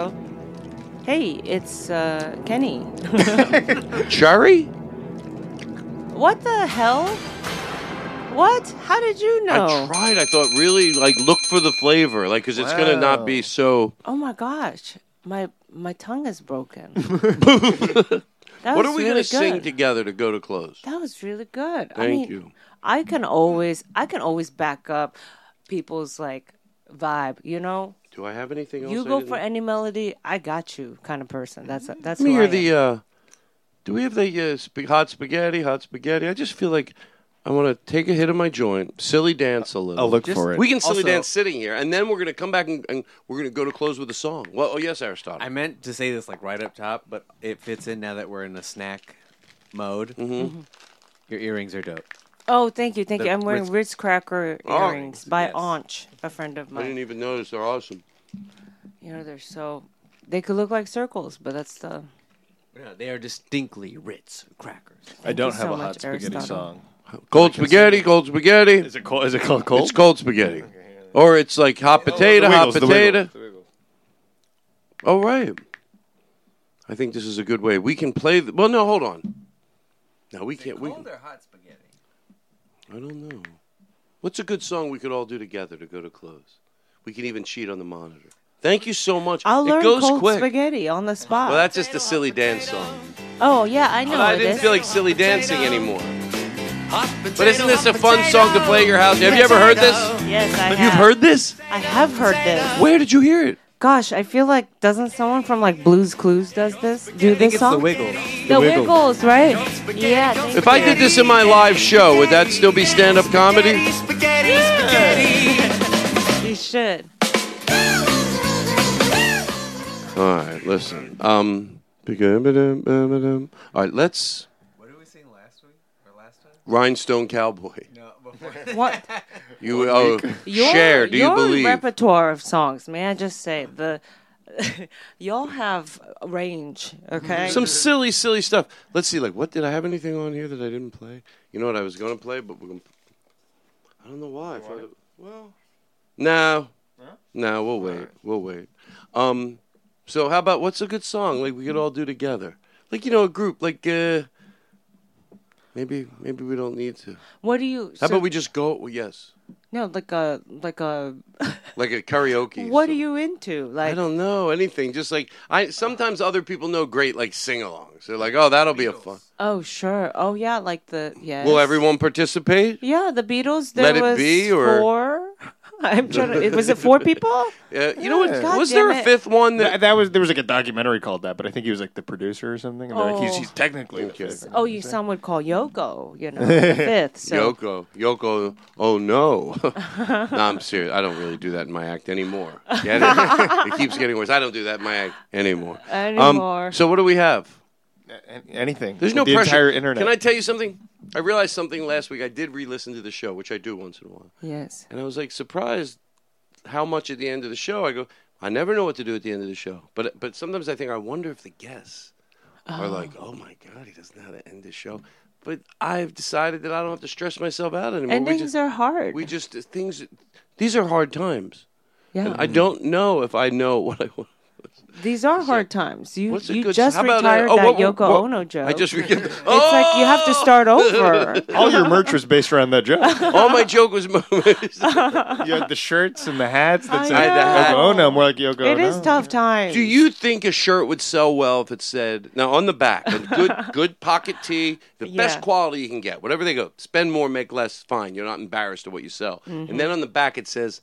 Speaker 4: Hey, it's uh, Kenny.
Speaker 3: Cherry?
Speaker 4: What the hell? What? How did you know?
Speaker 3: I tried. I thought really like look for the flavor, like because it's gonna not be so.
Speaker 4: Oh my gosh, my my tongue is broken. that
Speaker 3: what
Speaker 4: was
Speaker 3: are
Speaker 4: really
Speaker 3: we gonna
Speaker 4: good.
Speaker 3: sing together to go to close?
Speaker 4: That was really good. I mean,
Speaker 3: Thank you.
Speaker 4: I can always I can always back up people's like vibe. You know,
Speaker 3: Do I have anything else?
Speaker 4: you
Speaker 3: I
Speaker 4: go
Speaker 3: didn't-
Speaker 4: for any melody, I got you kind of person. That's that's
Speaker 3: Let me
Speaker 4: who
Speaker 3: hear
Speaker 4: I
Speaker 3: the. Uh, do we have the uh, sp- hot spaghetti? Hot spaghetti. I just feel like I want to take a hit of my joint, silly dance a little.
Speaker 9: I'll look Just- for it.
Speaker 3: We can silly
Speaker 6: Also-
Speaker 3: dance sitting here, and then we're gonna come back and, and we're gonna go to close with a song. Well, oh yes, Aristotle.
Speaker 6: I meant to say this like right up top, but it fits in now that we're in a snack mode.
Speaker 3: Mm-hmm.
Speaker 6: Your earrings are dope.
Speaker 4: Oh, thank you, thank
Speaker 6: The
Speaker 4: you. I'm wearing
Speaker 6: Ritz-
Speaker 4: Ritz cracker
Speaker 3: Oh,
Speaker 4: earrings by Aunch, a friend of
Speaker 3: I didn't
Speaker 4: mine.
Speaker 3: even notice they're awesome.
Speaker 4: You know, they're so they could look like circles, but that's the
Speaker 6: Yeah, they are distinctly Ritz crackers.
Speaker 9: I don't
Speaker 4: you
Speaker 9: have
Speaker 4: so
Speaker 9: a hot
Speaker 4: much,
Speaker 9: spaghetti
Speaker 4: Aristotle.
Speaker 9: song.
Speaker 3: Cold spaghetti, cold spaghetti.
Speaker 9: Is it cold? Is it called cold?
Speaker 3: It's cold spaghetti, or it's like hot potato,
Speaker 9: the
Speaker 3: hot
Speaker 9: Wiggles, the Wiggles,
Speaker 3: potato. Oh right. I think this is a good way. We can play. The, well, no, hold on. No, we can't. We,
Speaker 6: They're hot spaghetti.
Speaker 3: I don't know. What's a good song we could all do together to go to close? We can even cheat on the monitor. Thank you so much.
Speaker 4: I'll
Speaker 3: it
Speaker 4: learn
Speaker 3: goes
Speaker 4: cold
Speaker 3: quick.
Speaker 4: spaghetti on the spot.
Speaker 3: Well, that's just a silly dance song.
Speaker 4: oh yeah, I know
Speaker 3: I
Speaker 4: it
Speaker 3: didn't
Speaker 4: is.
Speaker 3: feel like silly dancing anymore. But isn't this a fun song to play at your house? Have you ever heard this?
Speaker 12: Yes, I
Speaker 3: You've
Speaker 12: have.
Speaker 3: heard this?
Speaker 12: I have heard this.
Speaker 3: Where did you hear it?
Speaker 12: Gosh, I feel like doesn't someone from like Blues Clues does this? Do
Speaker 3: I think
Speaker 12: this
Speaker 3: it's
Speaker 12: song?
Speaker 3: The Wiggles.
Speaker 12: The,
Speaker 3: The Wiggles.
Speaker 12: Wiggles, right? Yeah. thank
Speaker 3: If I
Speaker 12: you.
Speaker 3: did this in my live show, would that still be stand up comedy?
Speaker 12: you should.
Speaker 3: All right, listen. Um, all right, let's. What did we sing last week or last time? Rhinestone Cowboy.
Speaker 12: What?
Speaker 3: You oh,
Speaker 12: Your,
Speaker 3: share? Do you
Speaker 12: your
Speaker 3: believe?
Speaker 12: repertoire of songs? May I just say the y'all have range, okay?
Speaker 4: Mm-hmm.
Speaker 3: Some silly, silly stuff. Let's see. Like, what did I have anything on here that I didn't play? You know what I was going to play, but we're going. to... I don't know why. I thought it- Well, No, no, we'll wait. We'll wait. Um, so how about what's a good song like we could all do together? Like you know, a group. Like uh, maybe maybe we don't need to.
Speaker 12: What do you?
Speaker 3: How
Speaker 12: so-
Speaker 3: about we just go? Well, yes,
Speaker 12: No, like a like a.
Speaker 3: like a karaoke.
Speaker 12: What are you into? Like
Speaker 3: I don't know anything. Just like I sometimes other people know great like sing-alongs. They're like, oh, that'll be a fun.
Speaker 12: oh sure oh yeah like the yeah.
Speaker 3: Will everyone participate?
Speaker 12: Yeah, the Beatles. There
Speaker 3: Let It
Speaker 12: was
Speaker 3: Be, or-
Speaker 12: four. I'm trying to. Was it four people?
Speaker 3: Yeah,
Speaker 9: you know what?
Speaker 12: God was there damn a it. fifth
Speaker 3: one
Speaker 9: that... that was? There was like a documentary called that, but I think he was like the producer or something. And they're like, he's,
Speaker 12: Oh.
Speaker 9: he's technically the fifth.
Speaker 12: Oh, you some would call Yoko. You know, the fifth. So
Speaker 3: Yoko, Yoko, oh no. no, I'm serious. I don't really do that in my act anymore. Get it? it keeps getting worse. I don't do that in my act anymore. Um,
Speaker 9: Anymore.
Speaker 3: so what do we have?
Speaker 9: Anything.
Speaker 3: There's no
Speaker 9: the
Speaker 3: pressure.
Speaker 9: Entire internet.
Speaker 3: Can I tell you something? I realized something last week. I did re-listen to the show, which I do once in a while.
Speaker 12: yes.
Speaker 3: And I was like surprised how much at the end of the show I go, I never know what to do at the end of the show. But but sometimes I think I wonder if the guests are like, oh my god, he doesn't know how to end the show. But I've decided that I don't have to stress myself out anymore. We
Speaker 12: Endings
Speaker 3: just-
Speaker 12: are hard.
Speaker 3: We just uh, things. These are hard times.
Speaker 12: Yeah.
Speaker 3: And I don't know if I know what I want.
Speaker 12: These are hard times. You
Speaker 3: What's a
Speaker 12: you
Speaker 3: good-
Speaker 12: just
Speaker 3: how about, uh,
Speaker 12: retired
Speaker 3: oh,
Speaker 12: that
Speaker 3: what-
Speaker 12: Yoko
Speaker 3: what-
Speaker 12: Ono joke.
Speaker 3: I just forget. Oh!
Speaker 12: It's like you have to start over.
Speaker 9: All your merch was based around that joke.
Speaker 3: All my joke was.
Speaker 9: you had the shirts and the hats
Speaker 12: I
Speaker 9: that
Speaker 12: I
Speaker 9: said
Speaker 12: had the
Speaker 9: Yoko
Speaker 12: hat.
Speaker 9: Ono. More like Yoko
Speaker 12: It
Speaker 9: Ono.
Speaker 12: is tough times.
Speaker 3: Do you think a shirt would sell well if it said now on the back, a good good pocket tee, the best
Speaker 12: Yeah.
Speaker 3: quality you can get, whatever they go, spend more, make less, fine. You're not embarrassed of what you sell.
Speaker 12: Mhm.
Speaker 3: And then on the back it says,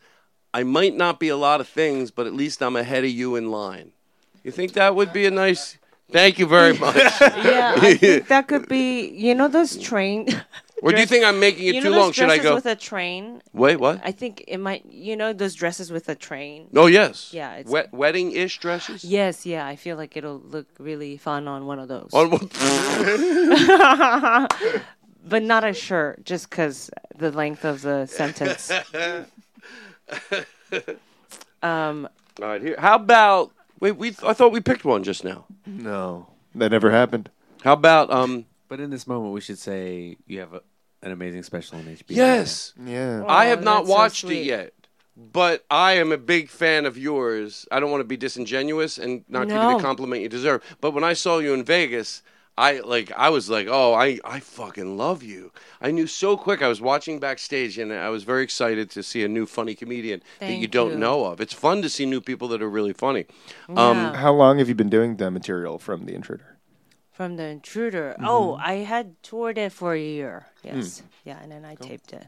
Speaker 3: I might not be a lot of things, but at least I'm ahead of you in line. You think that would be a nice Thank you very much.
Speaker 12: yeah, I think that could be. You know those train.
Speaker 3: Or do you think I'm making it
Speaker 12: you
Speaker 3: too
Speaker 12: know those
Speaker 3: long? Should I
Speaker 12: dresses
Speaker 3: go?
Speaker 12: with a train?
Speaker 3: Wait, what?
Speaker 12: I think it might. You know those dresses with a train.
Speaker 3: Oh yes.
Speaker 12: Yeah, it's-
Speaker 3: Wet, wedding ish dresses.
Speaker 12: Yes, yeah. I feel like it'll look really fun on one of those.
Speaker 3: On one-
Speaker 12: but not a shirt, just because the length of the sentence. Um,
Speaker 3: All right, here. How about wait? We I thought we picked one just now.
Speaker 9: No, that never happened.
Speaker 3: How about um?
Speaker 6: But in this moment, we should say you have a, an amazing special on HBO.
Speaker 3: Yes.
Speaker 9: Yeah.
Speaker 3: I have not
Speaker 6: Oh, that's so
Speaker 3: watched it
Speaker 6: sweet.
Speaker 3: yet, but I am a big fan of yours. I don't want to be disingenuous and not give you
Speaker 6: No.
Speaker 3: the compliment you deserve. But when I saw you in Vegas, I like I was like, oh, I I fucking love you. I knew so quick. I was watching backstage, and I was very excited to see a new funny comedian that you
Speaker 12: Thank
Speaker 3: don't
Speaker 12: you.
Speaker 3: know of. It's fun to see new people that are really funny. Um,
Speaker 12: Yeah.
Speaker 9: How long have you been doing the material from The Intruder?
Speaker 12: from the intruder. Oh, I had toured it for a year.
Speaker 3: Mm.
Speaker 12: Yes, yeah, and then I taped it.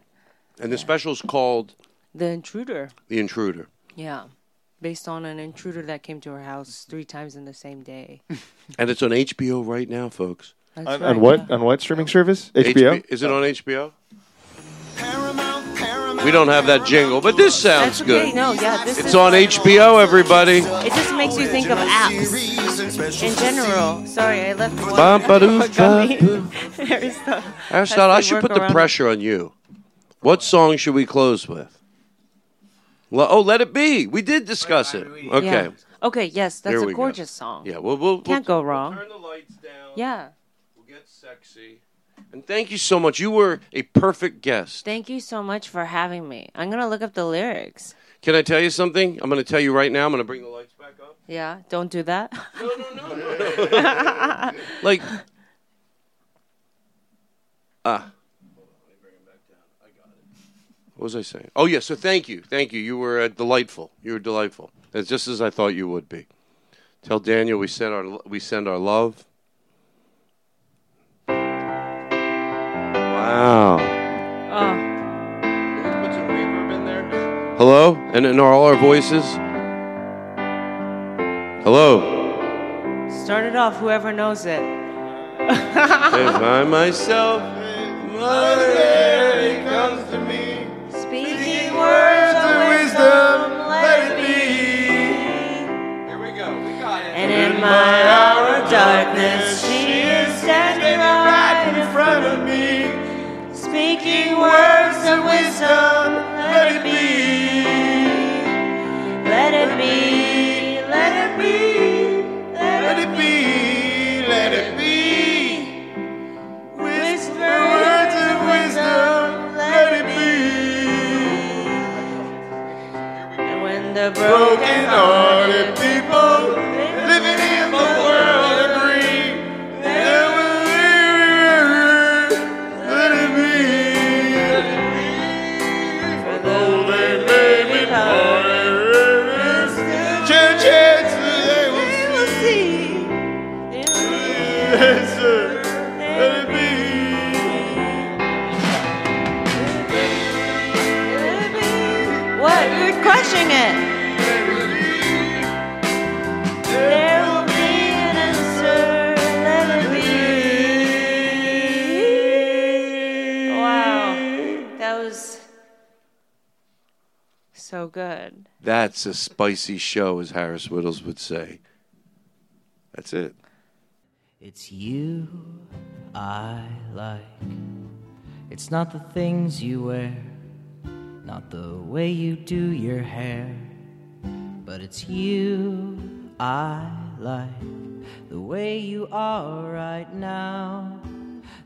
Speaker 3: and the special's called
Speaker 12: The intruder.
Speaker 3: The Intruder.
Speaker 12: Yeah, based on an intruder that came to her house three times in the same day.
Speaker 3: And it's on HBO right now, folks.
Speaker 12: That's
Speaker 9: On, on what? On what streaming service? HBO.
Speaker 3: Is it on HBO? We don't have that jingle, but this sounds
Speaker 12: okay.
Speaker 3: good.
Speaker 12: No, yeah, this
Speaker 3: It's
Speaker 12: is-
Speaker 3: on HBO, everybody.
Speaker 12: It just makes you think of apps in general. Sorry, I left one.
Speaker 3: Bum, ba, doo,
Speaker 12: Gummy. Aristotle. has
Speaker 3: Aristotle, I
Speaker 12: to
Speaker 3: should
Speaker 12: work
Speaker 3: put the
Speaker 12: around-
Speaker 3: pressure on you. What song should we close with? Le- oh, let it be. We did discuss it. Okay.
Speaker 12: Yeah. Okay, yes, that's
Speaker 3: Here we
Speaker 12: a
Speaker 3: go.
Speaker 12: gorgeous song.
Speaker 3: Yeah, we'll, we'll,
Speaker 12: Can't
Speaker 3: we'll-
Speaker 12: go wrong.
Speaker 3: turn the lights down.
Speaker 12: Yeah.
Speaker 3: We'll get sexy. And thank you so much. You were a perfect guest.
Speaker 12: Thank you so much for having me. I'm gonna look up the lyrics.
Speaker 3: Can I tell you something? I'm going to tell you right now. I'm going to bring the lights back up.
Speaker 12: Yeah, don't do that.
Speaker 3: like ah what was i saying oh yeah so thank you thank you you were uh, delightful you were delightful That's just as i thought you would be tell daniel we send our we send our love Wow.
Speaker 12: Oh.
Speaker 3: Hello? And in all our voices? Hello?
Speaker 12: Start it off, whoever knows it.
Speaker 3: If I myself.
Speaker 4: Mother Mary comes to me.
Speaker 12: Speaking
Speaker 4: words of wisdom, let it
Speaker 12: And in
Speaker 4: my hour of darkness, she is standing right in front of me, speaking words of wisdom. Let it be,
Speaker 12: let it be,
Speaker 4: let it be, let it be, let it be. Whisper words of wisdom, let it be.
Speaker 12: And when the
Speaker 4: Broken hearted people living in the world agree. There will be, let it be. Though they may be parted, churches they will see. Yes, sir. Let it
Speaker 12: What? You're crushing it. There will be an answer. Let it be. Wow. That was so good.
Speaker 3: That's a spicy show, as Harris Whittles would say. That's it.
Speaker 6: It's you I like. It's not the things you wear, not the way you do your hair, but it's you I like. The way you are right now,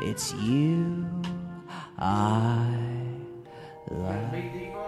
Speaker 6: It's you I love.